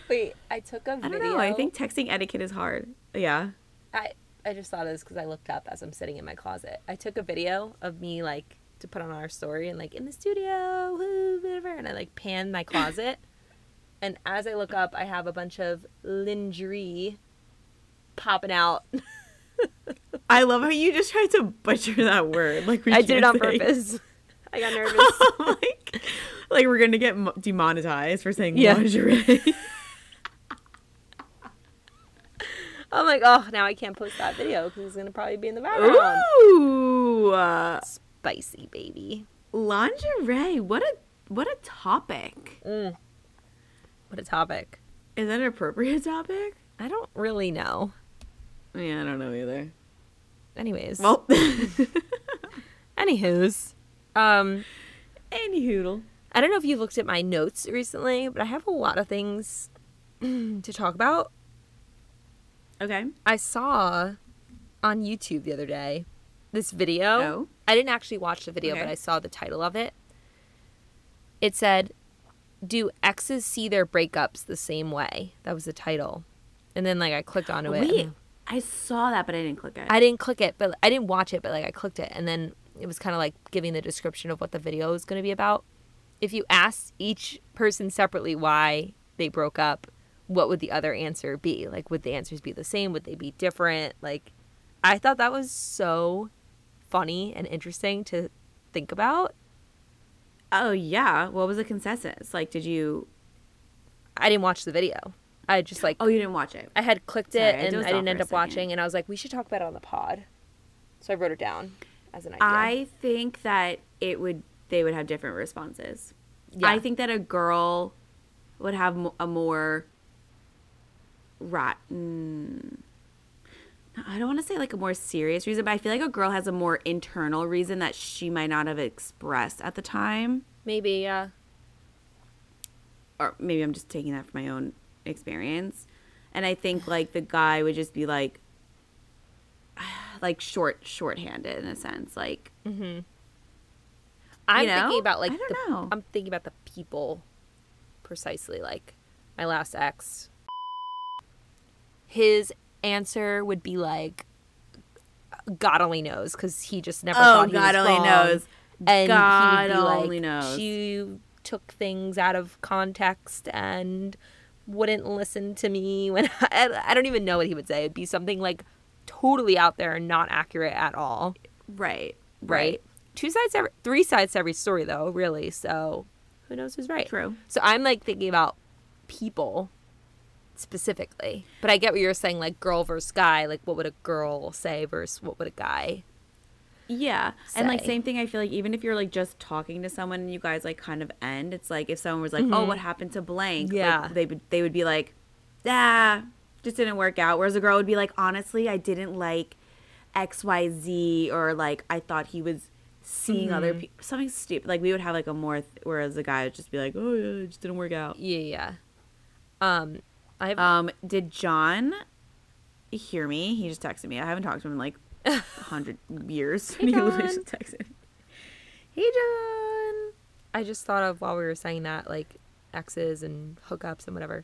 [SPEAKER 2] Wait, I took a
[SPEAKER 1] I
[SPEAKER 2] video.
[SPEAKER 1] don't know. I think texting etiquette is hard. Yeah.
[SPEAKER 2] I, I just thought of this because I looked up as I'm sitting in my closet. I took a video of me like to put on our story and like in the studio, woo, whatever, and I like pan my [COUGHS] closet. and as I look up, I have a bunch of lingerie popping [LAUGHS] out.
[SPEAKER 1] I love how you just tried to butcher that word. Like we
[SPEAKER 2] I did it
[SPEAKER 1] can't
[SPEAKER 2] on
[SPEAKER 1] say. [LAUGHS]
[SPEAKER 2] purpose. [LAUGHS] I got nervous.
[SPEAKER 1] like, like we're gonna get mo- demonetized for saying
[SPEAKER 2] Yeah. [LAUGHS]
[SPEAKER 1] lingerie.
[SPEAKER 2] [LAUGHS] I'm like, oh, now I can't post that video because it's gonna probably be in the background.
[SPEAKER 1] [LAUGHS] Ooh. uh,
[SPEAKER 2] Spicy baby.
[SPEAKER 1] lingerie what a what a topic
[SPEAKER 2] What a topic.
[SPEAKER 1] is that an appropriate [LAUGHS] topic
[SPEAKER 2] I don't really know.
[SPEAKER 1] yeah i don't know either [LAUGHS]
[SPEAKER 2] Anyways,
[SPEAKER 1] well
[SPEAKER 2] anywho's, um,
[SPEAKER 1] any hoodle
[SPEAKER 2] I don't know if you've looked at my notes recently, but I have a lot of things [CLEARS THROAT] to talk about.
[SPEAKER 1] okay
[SPEAKER 2] I saw on YouTube the other day this video.
[SPEAKER 1] Oh.
[SPEAKER 2] I didn't actually watch the video, but
[SPEAKER 1] Okay.
[SPEAKER 2] I saw the title of it. It said, "Do exes see their breakups the same way?" That was the title. And then like I clicked onto it.
[SPEAKER 1] wait
[SPEAKER 2] and-
[SPEAKER 1] i saw that but i didn't click it
[SPEAKER 2] I didn't click it, but I didn't watch it, but like I clicked it and then it was kind of like giving the description of what the video is going to be about. If you asked each person separately why they broke up, what would the other answer be? Like would the answers be the same? Would they be different? Like I thought that was so funny and interesting to think about.
[SPEAKER 1] oh yeah what was the consensus like did you
[SPEAKER 2] I didn't watch the video. I just like
[SPEAKER 1] oh you didn't watch it
[SPEAKER 2] I had clicked it
[SPEAKER 1] Sorry, I
[SPEAKER 2] and
[SPEAKER 1] dozed
[SPEAKER 2] I
[SPEAKER 1] off
[SPEAKER 2] didn't
[SPEAKER 1] for
[SPEAKER 2] end
[SPEAKER 1] a
[SPEAKER 2] up
[SPEAKER 1] second.
[SPEAKER 2] watching and I was like we should talk about it on the pod. So I wrote it down as an idea.
[SPEAKER 1] I think that it would they would have different responses.
[SPEAKER 2] Yeah.
[SPEAKER 1] I think that a girl would have mo- a more rotten. I don't want to say like a more serious reason, but I feel like a girl has a more internal reason that she might not have expressed at the time.
[SPEAKER 2] Maybe yeah.
[SPEAKER 1] Or maybe I'm just taking that from my own experience. And I think like the guy would just be like, [SIGHS] like short, shorthanded in a sense. Like,
[SPEAKER 2] I'm
[SPEAKER 1] you know?
[SPEAKER 2] thinking about like
[SPEAKER 1] I don't
[SPEAKER 2] the,
[SPEAKER 1] know.
[SPEAKER 2] I'm thinking about the people precisely like my last ex. His answer would be like God only knows cuz he just never
[SPEAKER 1] Oh,
[SPEAKER 2] thought he
[SPEAKER 1] God
[SPEAKER 2] was
[SPEAKER 1] only
[SPEAKER 2] wrong.
[SPEAKER 1] knows.
[SPEAKER 2] And
[SPEAKER 1] God
[SPEAKER 2] he would be
[SPEAKER 1] only
[SPEAKER 2] like,
[SPEAKER 1] knows.
[SPEAKER 2] She took things out of context and wouldn't listen to me when [LAUGHS] I, I don't even know what he would say. It'd be something like totally out there and not accurate at all
[SPEAKER 1] right,
[SPEAKER 2] right? Two sides, to every, three sides to every story, though, really. So who knows who's right?
[SPEAKER 1] True.
[SPEAKER 2] So I'm like thinking about people specifically, but I get what you're saying, like girl versus guy. Like what would a girl say versus what would a guy?
[SPEAKER 1] Yeah. And like
[SPEAKER 2] say.
[SPEAKER 1] same thing I feel like even if you're like just talking to someone and you guys like kind of end, it's like if someone was like, "Oh, what happened to blank?" like,
[SPEAKER 2] Mm-hmm. Yeah.
[SPEAKER 1] they would they would be like, "Ah, just didn't work out." Whereas a girl would be like, "Honestly, I didn't like XYZ or like I thought he was seeing other
[SPEAKER 2] Mm-hmm.
[SPEAKER 1] people something stupid." Like we would have like a more th- whereas the guy would just be like, "Oh, yeah, it just didn't work out."
[SPEAKER 2] Yeah, yeah. Um, I have
[SPEAKER 1] Um, did John hear me? He just texted me. I haven't talked to him in like a
[SPEAKER 2] [LAUGHS]
[SPEAKER 1] hundred years. [LAUGHS] he literally
[SPEAKER 2] John.
[SPEAKER 1] just texted. Hey John.
[SPEAKER 2] I just thought of while we were saying that, like exes and hookups and whatever.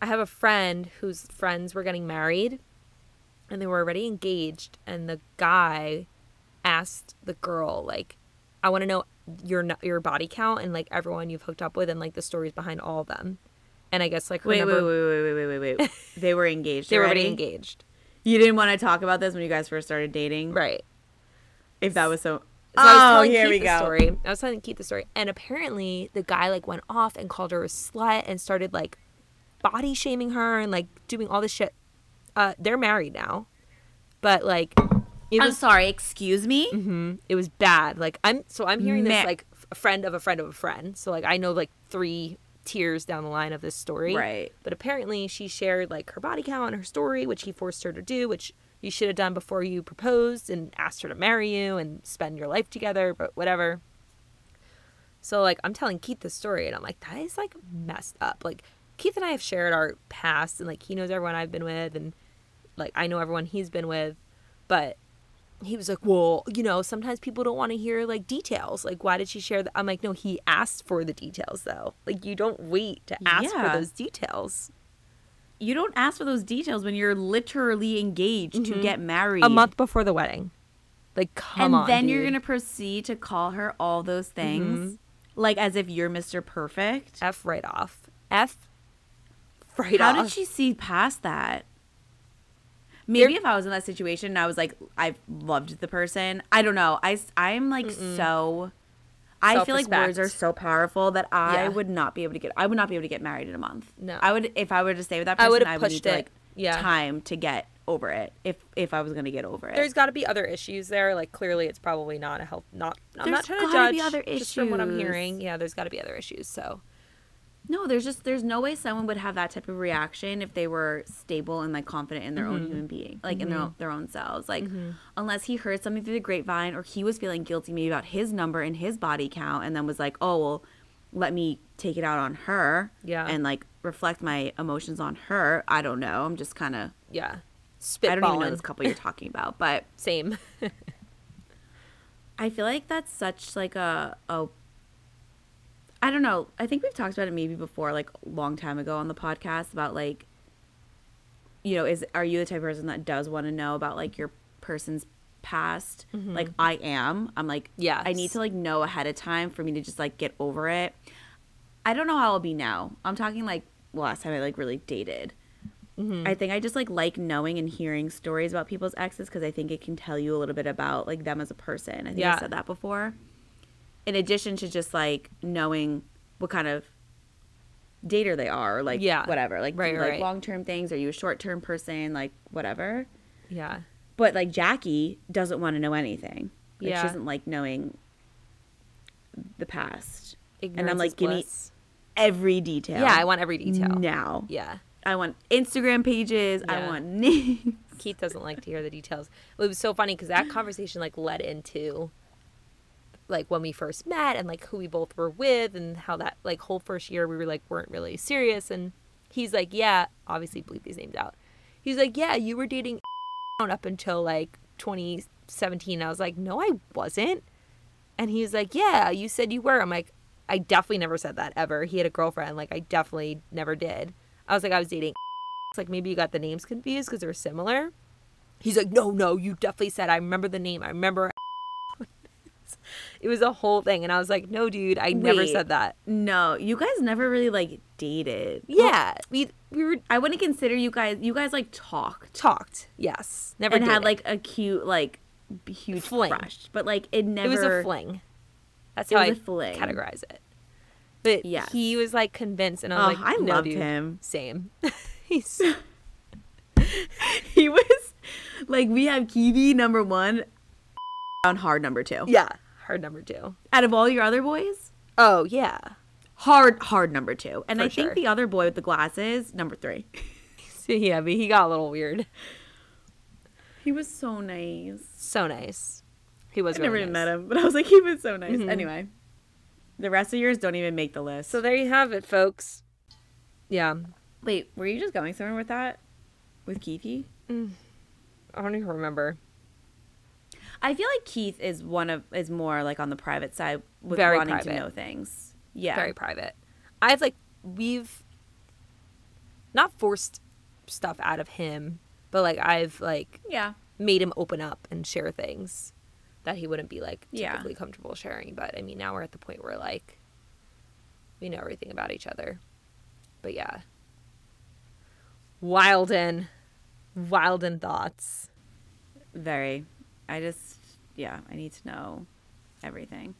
[SPEAKER 2] I have a friend whose friends were getting married and they were already engaged, and the guy asked the girl, like, I want to know your nu- your body count and like everyone you've hooked up with and like the stories behind all of them. And I guess like her
[SPEAKER 1] Wait, wait,
[SPEAKER 2] number,
[SPEAKER 1] wait, wait, wait, wait, wait,
[SPEAKER 2] [LAUGHS]
[SPEAKER 1] wait. They were engaged.
[SPEAKER 2] they were already
[SPEAKER 1] already?
[SPEAKER 2] engaged,
[SPEAKER 1] You didn't want to talk about this when you guys first started dating,
[SPEAKER 2] right?
[SPEAKER 1] If that was so.
[SPEAKER 2] So I was
[SPEAKER 1] oh,
[SPEAKER 2] telling
[SPEAKER 1] here
[SPEAKER 2] Keith
[SPEAKER 1] we
[SPEAKER 2] the
[SPEAKER 1] go.
[SPEAKER 2] story. I was telling Keith the story, and apparently the guy like went off and called her a slut and started like body shaming her and like doing all this shit. Uh, they're married now, but like it
[SPEAKER 1] I'm
[SPEAKER 2] was Mm-hmm.
[SPEAKER 1] sorry, excuse me?
[SPEAKER 2] it was bad. Like I'm so I'm hearing this
[SPEAKER 1] Ma-
[SPEAKER 2] like f- a friend of a friend of a friend. So like I know like three tiers down the line of this story.
[SPEAKER 1] Right.
[SPEAKER 2] But apparently she shared like her body count and her story, which he forced her to do, which you should have done before you proposed and asked her to marry you and spend your life together, but whatever. So like I'm telling Keith the story and I'm like, that is like messed up. Like Keith and I have shared our past and like he knows everyone I've been with and like I know everyone he's been with, but he was like, Well, you know, sometimes people don't want to hear like details. Like, why did she share that? I'm like, No, he asked for the details though. Like, you don't wait to ask
[SPEAKER 1] Yeah.
[SPEAKER 2] for those details.
[SPEAKER 1] You don't ask for those details when you're literally engaged to get married.
[SPEAKER 2] Mm-hmm. A month before the wedding. Like,
[SPEAKER 1] and
[SPEAKER 2] come on.
[SPEAKER 1] then you're
[SPEAKER 2] dude. Mm-hmm.
[SPEAKER 1] going to proceed to call her all those things like as if you're Mr. Perfect.
[SPEAKER 2] F right off. F right
[SPEAKER 1] How
[SPEAKER 2] off.
[SPEAKER 1] did she see past that? Maybe
[SPEAKER 2] There-
[SPEAKER 1] if I was in that situation and I was like, I've loved the person. I don't know. I s- I'm like so. I feel like words
[SPEAKER 2] Self-respect.
[SPEAKER 1] are so powerful that I
[SPEAKER 2] Yeah.
[SPEAKER 1] would not be able to get. I would not be able to get married in a month.
[SPEAKER 2] No.
[SPEAKER 1] I would if I were to stay with that
[SPEAKER 2] I
[SPEAKER 1] person.
[SPEAKER 2] would've
[SPEAKER 1] I, would need
[SPEAKER 2] pushed
[SPEAKER 1] to,
[SPEAKER 2] it.
[SPEAKER 1] like
[SPEAKER 2] Yeah.
[SPEAKER 1] time to get over it. If if I was gonna get over it,
[SPEAKER 2] [LAUGHS] There's got to be other issues there. Like, clearly, it's probably not a help. Not, I'm
[SPEAKER 1] There's
[SPEAKER 2] not trying to
[SPEAKER 1] gotta
[SPEAKER 2] judge.
[SPEAKER 1] be other
[SPEAKER 2] Just from what I'm
[SPEAKER 1] issues.
[SPEAKER 2] hearing, yeah, there's got to be other issues. So,
[SPEAKER 1] no. There's just there's no way someone would have that type of reaction if they were stable and like confident in their own
[SPEAKER 2] Mm-hmm.
[SPEAKER 1] human being, like in their own, their own selves. Like unless he heard something through the grapevine or he was feeling guilty maybe about his number and his body count, and then was like, oh well, let me take it out on her.
[SPEAKER 2] Yeah.
[SPEAKER 1] And like reflect my emotions on her. I don't know. I'm just kind of.
[SPEAKER 2] yeah. Spitballing.
[SPEAKER 1] I don't even know this couple you're talking about, but
[SPEAKER 2] Same. [LAUGHS]
[SPEAKER 1] I feel like that's such like a a I don't know. I think we've talked about it maybe before, like a long time ago on the podcast about like you know, is are you the type of person that does want to know about like your person's past? Like I am. I'm like
[SPEAKER 2] Yes.
[SPEAKER 1] I need to like know ahead of time for me to just like get over it. I don't know how I'll be now. I'm talking like last time I like really dated.
[SPEAKER 2] Mm-hmm.
[SPEAKER 1] I think I just like like knowing and hearing stories about people's exes because I think it can tell you a little bit about like them as a person. I think
[SPEAKER 2] Yeah.
[SPEAKER 1] I said that before. In addition to just like knowing what kind of dater they are, or, like
[SPEAKER 2] Yeah.
[SPEAKER 1] whatever, like
[SPEAKER 2] Right,
[SPEAKER 1] like
[SPEAKER 2] right.
[SPEAKER 1] long term things. Are you a short term person? Like whatever.
[SPEAKER 2] yeah.
[SPEAKER 1] But like Jackie doesn't want to know anything. Like
[SPEAKER 2] Yeah.
[SPEAKER 1] she doesn't like knowing the past.
[SPEAKER 2] Ignorance
[SPEAKER 1] and I'm like,
[SPEAKER 2] is
[SPEAKER 1] give me
[SPEAKER 2] bliss.
[SPEAKER 1] every detail.
[SPEAKER 2] Yeah, I want every detail.
[SPEAKER 1] now.
[SPEAKER 2] Yeah.
[SPEAKER 1] I want Instagram pages. I
[SPEAKER 2] Yeah.
[SPEAKER 1] want [LAUGHS] names.
[SPEAKER 2] Keith doesn't like to hear the details. It was so funny because that conversation like led into like when we first met and like who we both were with and how that like whole first year we were like weren't really serious and he's like yeah obviously bleep these names out. He's like yeah you were dating up until like 2017. I was like no I wasn't. And he was like yeah you said you were. I'm like I definitely never said that ever. He had a girlfriend like I definitely never did. I was like I was dating [LAUGHS] it's like maybe you got the names confused because they're similar. He's like, no, no, you definitely said I remember the name. I remember. [LAUGHS] it was a whole thing, and I was like, no, dude, I never
[SPEAKER 1] Wait.
[SPEAKER 2] said that.
[SPEAKER 1] No, you guys never really like dated.
[SPEAKER 2] Yeah, we we were
[SPEAKER 1] I wouldn't consider you guys. You guys like talked
[SPEAKER 2] talked. Yes, never
[SPEAKER 1] and had
[SPEAKER 2] dated.
[SPEAKER 1] like a cute, like b- huge
[SPEAKER 2] Fling.
[SPEAKER 1] crush, but like it never.
[SPEAKER 2] it was a fling. That's
[SPEAKER 1] It
[SPEAKER 2] how I
[SPEAKER 1] was a fling.
[SPEAKER 2] categorize it. But
[SPEAKER 1] Yes.
[SPEAKER 2] he was like convinced, and Oh, I was
[SPEAKER 1] Ugh,
[SPEAKER 2] like,
[SPEAKER 1] Oh, I
[SPEAKER 2] no,
[SPEAKER 1] loved
[SPEAKER 2] dude.
[SPEAKER 1] him. [LAUGHS]
[SPEAKER 2] Same. [LAUGHS] He's
[SPEAKER 1] He was like we have Kiwi number one, [LAUGHS] on hard number two.
[SPEAKER 2] yeah, hard number two.
[SPEAKER 1] Out of all your other boys,
[SPEAKER 2] Oh yeah,
[SPEAKER 1] hard hard number two, and
[SPEAKER 2] For
[SPEAKER 1] I think
[SPEAKER 2] sure.
[SPEAKER 1] the other boy with the glasses number three. [LAUGHS]
[SPEAKER 2] So, yeah, but he got a little weird.
[SPEAKER 1] He was so nice.
[SPEAKER 2] So nice. He was.
[SPEAKER 1] I
[SPEAKER 2] really
[SPEAKER 1] never even
[SPEAKER 2] nice.
[SPEAKER 1] met him, but I was like he was so nice. Anyway, the rest of yours don't even make the list.
[SPEAKER 2] So there you have it, folks. Yeah.
[SPEAKER 1] Wait, were you just going somewhere with that? With Keithy?
[SPEAKER 2] I don't even remember.
[SPEAKER 1] I feel like Keith is one of is more like on the private side with
[SPEAKER 2] Very
[SPEAKER 1] wanting to
[SPEAKER 2] private.
[SPEAKER 1] know things. Yeah.
[SPEAKER 2] Very private. I've like we've not forced stuff out of him, but like I've like
[SPEAKER 1] yeah.
[SPEAKER 2] made him open up and share things that he wouldn't be like
[SPEAKER 1] Yeah.
[SPEAKER 2] typically comfortable sharing. But I mean now we're at the point where like we know everything about each other. But yeah. Wild in. Wild in thoughts.
[SPEAKER 1] Very. I just yeah, I need to know everything.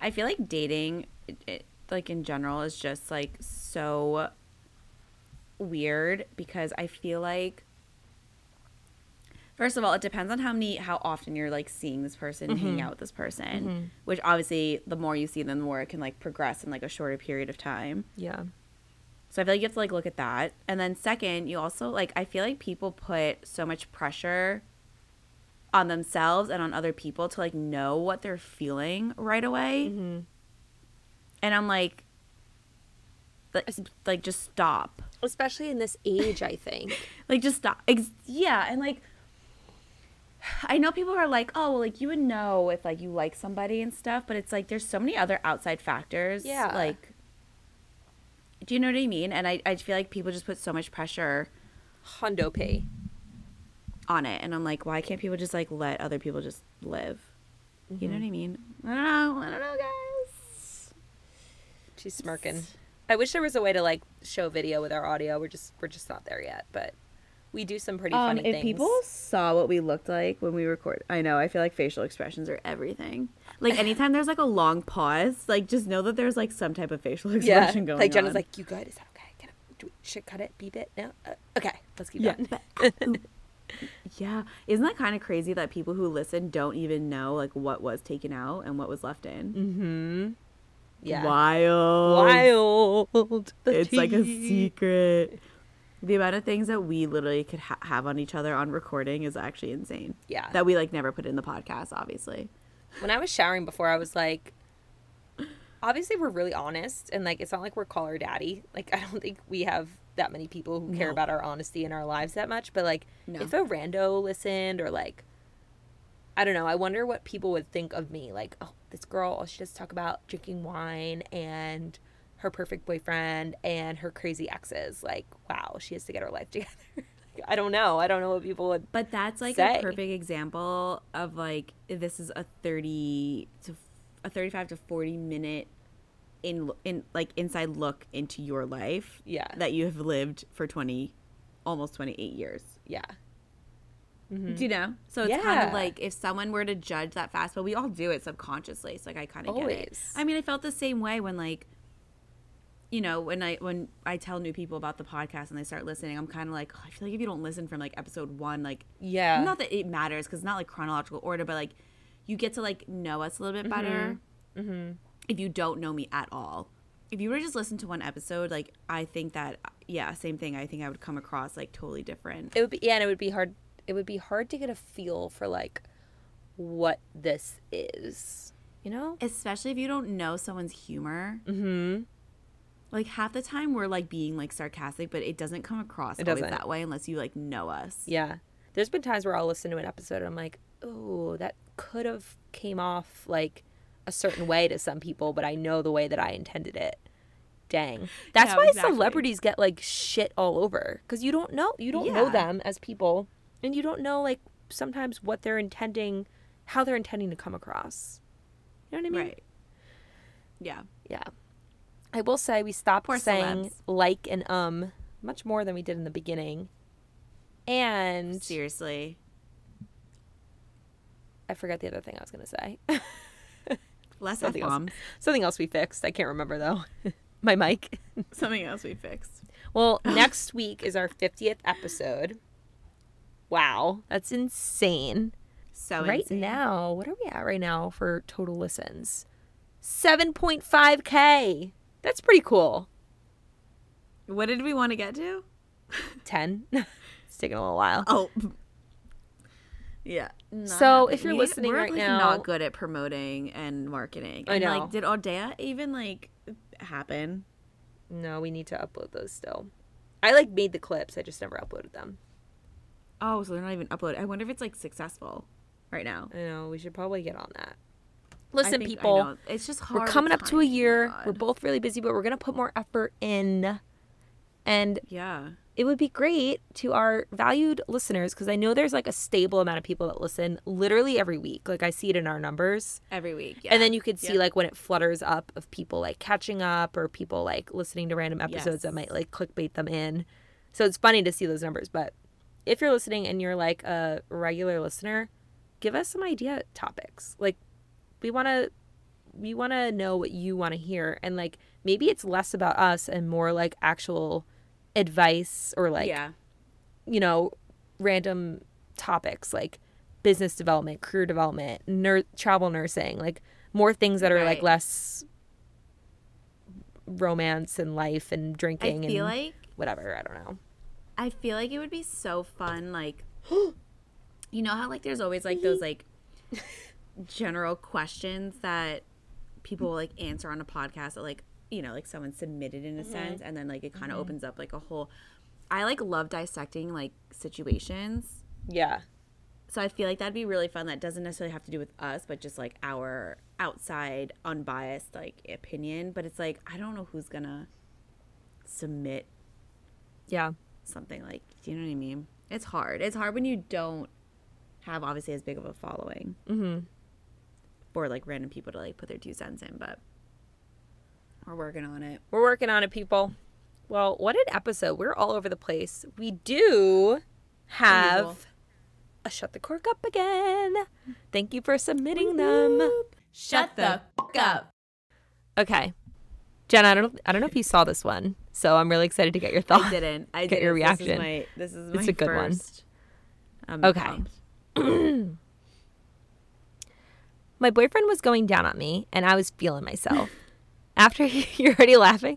[SPEAKER 1] I feel like dating it, it, like in general is just like so weird because I feel like first of all, it depends on how many how often you're like seeing this person, hanging out with this person. Which obviously the more you see them, the more it can like progress in like a shorter period of time.
[SPEAKER 2] Yeah.
[SPEAKER 1] So I feel like you have to like look at that. And then second, you also like I feel like people put so much pressure on themselves and on other people to like know what they're feeling right away. And I'm like like, like just stop.
[SPEAKER 2] Especially in this age, I think.
[SPEAKER 1] Like just stop. Ex- yeah, and like I know people are like, "Oh, well like you would know if like you like somebody and stuff," but it's like there's so many other outside factors.
[SPEAKER 2] Yeah.
[SPEAKER 1] Like do you know what I mean? And I, I feel like people just put so much pressure
[SPEAKER 2] Hundo P.
[SPEAKER 1] on it. And I'm like, why can't people just like let other people just live? You know what I mean? I don't know. I don't know, guys.
[SPEAKER 2] She's smirking. I wish there was a way to like show video with our audio. We're just we're just not there yet, but we do some pretty
[SPEAKER 1] Um,
[SPEAKER 2] funny
[SPEAKER 1] if
[SPEAKER 2] things.
[SPEAKER 1] people saw what we looked like when we record, I know, I feel like facial expressions are everything. Like anytime there's like a long pause, like just know that there's like some type of facial
[SPEAKER 2] yeah,
[SPEAKER 1] expression going
[SPEAKER 2] like Jenna's
[SPEAKER 1] on.
[SPEAKER 2] like, "You good? Is that okay? Can I, do we, should cut it? Beep it? No. Uh, okay, let's keep
[SPEAKER 1] yeah.
[SPEAKER 2] going."
[SPEAKER 1] [LAUGHS]
[SPEAKER 2] [LAUGHS]
[SPEAKER 1] yeah. Isn't that kind of crazy that people who listen don't even know like what was taken out and what was left in?
[SPEAKER 2] Mm-hmm. Yeah.
[SPEAKER 1] Wild.
[SPEAKER 2] Wild. The
[SPEAKER 1] it's like a
[SPEAKER 2] tea.
[SPEAKER 1] secret. The amount of things that we literally could ha- have on each other on recording is actually insane.
[SPEAKER 2] Yeah.
[SPEAKER 1] That we like never put in the podcast, obviously.
[SPEAKER 2] when I was showering before, I was like, obviously we're really honest, and like it's not like we're call her daddy. Like I don't think we have that many people who care
[SPEAKER 1] No.
[SPEAKER 2] about our honesty in our lives that much. But like,
[SPEAKER 1] No.
[SPEAKER 2] if a rando listened or like, I don't know, I wonder what people would think of me. Like, oh, this girl, all she does is talk about drinking wine and her perfect boyfriend and her crazy exes. Like, wow, she has to get her life [LAUGHS] together. Like, I don't know. I don't know what people would.
[SPEAKER 1] But that's like
[SPEAKER 2] Say.
[SPEAKER 1] a perfect example of like this is a 30 to a 35 to 40 minute in in like inside look into your life
[SPEAKER 2] Yeah.
[SPEAKER 1] that you have lived for 20 almost 28 years.
[SPEAKER 2] Yeah.
[SPEAKER 1] Do you know? So it's kind
[SPEAKER 2] Mm-hmm. Yeah.
[SPEAKER 1] of like if someone were to judge that fast, but we all do it subconsciously. So like I kind of get it.
[SPEAKER 2] Always.
[SPEAKER 1] I mean, I felt the same way when like, you know, when I when I tell new people about the podcast and they start listening, I'm kind of like, oh, I feel like if you don't listen from like episode one, like
[SPEAKER 2] Yeah.
[SPEAKER 1] not that it matters because not like chronological order, but like you get to like know us a little bit better
[SPEAKER 2] Mm-hmm.
[SPEAKER 1] if you don't know me at all. If you were to just listen to one episode, like I think that yeah, same thing. I think I would come across like totally different.
[SPEAKER 2] it would be yeah and it would be hard it would be hard to get a feel for like what this is you know
[SPEAKER 1] especially if you don't know someone's humor. Mm-hmm. Like half the time we're like being like sarcastic, but it doesn't come across always
[SPEAKER 2] doesn't.
[SPEAKER 1] that way unless you like know us.
[SPEAKER 2] yeah there's been times where i'll listen to an episode and i'm like oh that could have came off like a certain way to some people but i know the way that i intended it dang that's
[SPEAKER 1] No,
[SPEAKER 2] why
[SPEAKER 1] exactly.
[SPEAKER 2] celebrities get like shit all over because you don't know you don't know
[SPEAKER 1] Yeah.
[SPEAKER 2] them as people and you don't know like sometimes what they're intending how they're intending to come across you know what i mean
[SPEAKER 1] Right. Yeah.
[SPEAKER 2] Yeah. I will say we stopped
[SPEAKER 1] Poor
[SPEAKER 2] saying
[SPEAKER 1] celebs.
[SPEAKER 2] like and um much more than we did in the beginning. And
[SPEAKER 1] Seriously.
[SPEAKER 2] I forgot the other thing I was going to say. [LAUGHS]
[SPEAKER 1] Less F
[SPEAKER 2] Something else.
[SPEAKER 1] bombs.
[SPEAKER 2] Something else we fixed. I can't remember though. [LAUGHS] My mic.
[SPEAKER 1] Something else we fixed. [LAUGHS]
[SPEAKER 2] Well, next week is our 50th episode. Wow, that's insane.
[SPEAKER 1] So
[SPEAKER 2] right
[SPEAKER 1] insane.
[SPEAKER 2] now, what are we at right now for total listens? 7.5k. That's pretty cool.
[SPEAKER 1] What did we want to get to?
[SPEAKER 2] 10. [LAUGHS] it's taking a little while.
[SPEAKER 1] Oh. [LAUGHS] Yeah. not
[SPEAKER 2] So, if
[SPEAKER 1] happening.
[SPEAKER 2] you're
[SPEAKER 1] We-
[SPEAKER 2] listening
[SPEAKER 1] we're
[SPEAKER 2] right
[SPEAKER 1] like
[SPEAKER 2] now-
[SPEAKER 1] not good at promoting and marketing.
[SPEAKER 2] I
[SPEAKER 1] And,
[SPEAKER 2] know.
[SPEAKER 1] Like, did Aldea even like happen?
[SPEAKER 2] No, we need to upload those still. I like made the clips, I just never uploaded them.
[SPEAKER 1] Oh, so they're not even uploaded. I wonder if it's like successful right now.
[SPEAKER 2] I know we should probably get on that.
[SPEAKER 1] I
[SPEAKER 2] Listen,
[SPEAKER 1] think- I
[SPEAKER 2] people,
[SPEAKER 1] know. it's just hard.
[SPEAKER 2] we're
[SPEAKER 1] with
[SPEAKER 2] coming up to a
[SPEAKER 1] timing, oh
[SPEAKER 2] year.
[SPEAKER 1] God.
[SPEAKER 2] We're both really busy, but we're gonna put more effort in. And
[SPEAKER 1] yeah,
[SPEAKER 2] it would be great to our valued listeners because I know there's like a stable amount of people that listen literally every week. Like I see it in our numbers.
[SPEAKER 1] every week.
[SPEAKER 2] And then you could see
[SPEAKER 1] Yep.
[SPEAKER 2] like when it flutters up of people like catching up or people like listening to random episodes that
[SPEAKER 1] Yes.
[SPEAKER 2] might like clickbait them in. So it's funny to see those numbers. But if you're listening and you're like a regular listener, give us some idea topics. Like we want to we want to know what you want to hear and like maybe it's less about us and more like actual advice or like
[SPEAKER 1] yeah.
[SPEAKER 2] you know, random topics like business development, career development, nur- travel nursing, like more things that are like
[SPEAKER 1] Right.
[SPEAKER 2] less romance and life and
[SPEAKER 1] I
[SPEAKER 2] drinking
[SPEAKER 1] feel
[SPEAKER 2] and
[SPEAKER 1] like
[SPEAKER 2] whatever. I don't know.
[SPEAKER 1] I feel like it would be so fun, like you know how like there's always like those like general questions that people will like answer on a podcast that like you know like someone submitted in a sense and then like it kind of opens up like a whole I like love dissecting like situations.
[SPEAKER 2] Yeah.
[SPEAKER 1] So I feel like that'd be really fun. That doesn't necessarily have to do with us, but just like our outside, unbiased like opinion. But it's like I don't know who's gonna submit
[SPEAKER 2] Yeah.
[SPEAKER 1] something like. Do you know what I mean? It's hard. It's hard when you don't have obviously as big of a following, mm-hmm. or like random people to like put their two cents in. But we're working on
[SPEAKER 2] [LAUGHS]
[SPEAKER 1] it.
[SPEAKER 2] We're working on it, people. Well, what an episode. We're all over the place. We do
[SPEAKER 1] Usual.
[SPEAKER 2] have a shut the cork up again. Thank you for submitting them.
[SPEAKER 1] Shut the fuck up.
[SPEAKER 2] Okay. Jen, I don't I don't know if you saw this one, so I'm really excited to get your thoughts.
[SPEAKER 1] I didn't. I
[SPEAKER 2] Get
[SPEAKER 1] didn't.
[SPEAKER 2] your
[SPEAKER 1] This is
[SPEAKER 2] reaction.
[SPEAKER 1] my- This is my.
[SPEAKER 2] It's a good one.
[SPEAKER 1] first. um, I'm
[SPEAKER 2] Okay.
[SPEAKER 1] pumped.
[SPEAKER 2] My boyfriend was going down on me and I was feeling myself. [LAUGHS] After he, [LAUGHS] you're already laughing.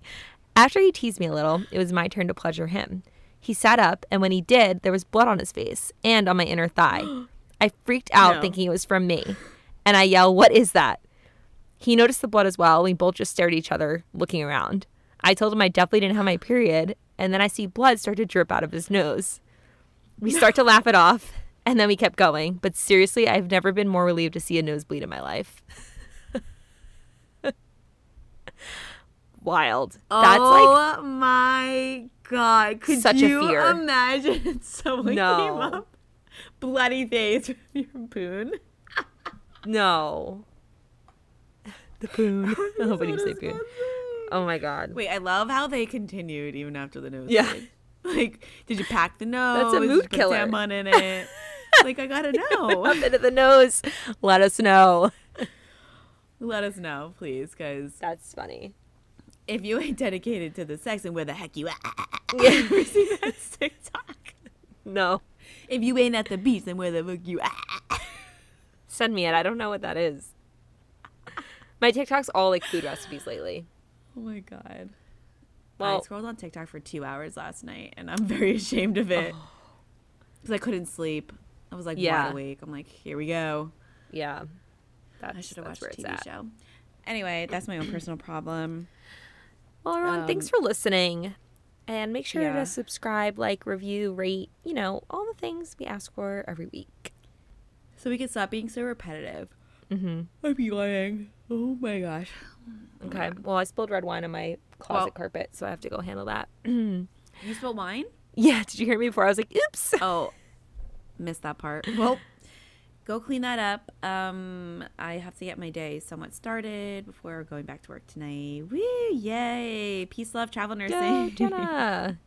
[SPEAKER 2] After he teased me a little, it was my turn to pleasure him. He sat up and when he did, there was blood on his face and on my inner thigh. [GASPS] I freaked out
[SPEAKER 1] No.
[SPEAKER 2] thinking it was from me. And I yell, "What is that?" He noticed the blood as well. We both just stared at each other, looking around. I told him I definitely didn't have my period, and then I see blood start to drip out of his nose. We start to laugh it off, and then we kept going. But seriously, I've never been more relieved to see a nosebleed in my life. [LAUGHS] Wild. That's like
[SPEAKER 1] oh my god! Could
[SPEAKER 2] Such a
[SPEAKER 1] you
[SPEAKER 2] fear.
[SPEAKER 1] imagine [LAUGHS] someone
[SPEAKER 2] No.
[SPEAKER 1] came up bloody face with your boon?
[SPEAKER 2] no. The [LAUGHS] poon. Oh, what do you say, poon? Oh my god.
[SPEAKER 1] Wait, I love how they continued even after the nose.
[SPEAKER 2] Yeah.
[SPEAKER 1] bleed. [LAUGHS] Like, did you pack the nose?
[SPEAKER 2] a
[SPEAKER 1] Did you
[SPEAKER 2] mood
[SPEAKER 1] put
[SPEAKER 2] killer.
[SPEAKER 1] tampon in
[SPEAKER 2] [LAUGHS]
[SPEAKER 1] it. like, I gotta know. [LAUGHS]
[SPEAKER 2] Up into the nose. Let us know.
[SPEAKER 1] Let us know, please, because
[SPEAKER 2] That's funny.
[SPEAKER 1] if you ain't dedicated to the sex and where the heck [LAUGHS] you at?
[SPEAKER 2] [LAUGHS] Yeah.
[SPEAKER 1] Ever seen that TikTok?
[SPEAKER 2] No.
[SPEAKER 1] If you ain't at the beach, then where the fuck you at? [LAUGHS]
[SPEAKER 2] Send me it. I don't know what that is. My TikTok's all like food recipes lately.
[SPEAKER 1] Oh my god. I
[SPEAKER 2] Well,
[SPEAKER 1] scrolled on TikTok for two hours last night, and I'm [LAUGHS] very ashamed of it because I couldn't sleep. I was like
[SPEAKER 2] Oh. Yeah.
[SPEAKER 1] wide awake. I'm like, here we go.
[SPEAKER 2] yeah. That's,
[SPEAKER 1] I should have
[SPEAKER 2] that's
[SPEAKER 1] watched a
[SPEAKER 2] where it's
[SPEAKER 1] TV
[SPEAKER 2] at.
[SPEAKER 1] show. Anyway, that's my own personal [CLEARS THROAT] problem.
[SPEAKER 2] Well, everyone, thanks
[SPEAKER 1] Um,
[SPEAKER 2] for listening. And make sure
[SPEAKER 1] yeah.
[SPEAKER 2] to subscribe, like, review, rate, you know, all the things we ask for every week.
[SPEAKER 1] So we can stop being so repetitive. Mm-hmm. I'm yawning. Oh my gosh.
[SPEAKER 2] Okay. Well, I spilled red wine on my closet
[SPEAKER 1] Well-
[SPEAKER 2] carpet, so I have to go handle that. [LAUGHS]
[SPEAKER 1] You spilled wine?
[SPEAKER 2] yeah. Did you hear me before? I was like, oops.
[SPEAKER 1] [LAUGHS] Oh, missed that part. [LAUGHS] Well, go clean that up. Um, I have to get my day somewhat started before going back to work tonight. Woo! Yay! Peace, love, travel, nursing.
[SPEAKER 2] Go, Jenna.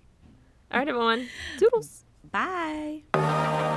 [SPEAKER 2] all right, everyone. Doodles.
[SPEAKER 1] [LAUGHS] Bye.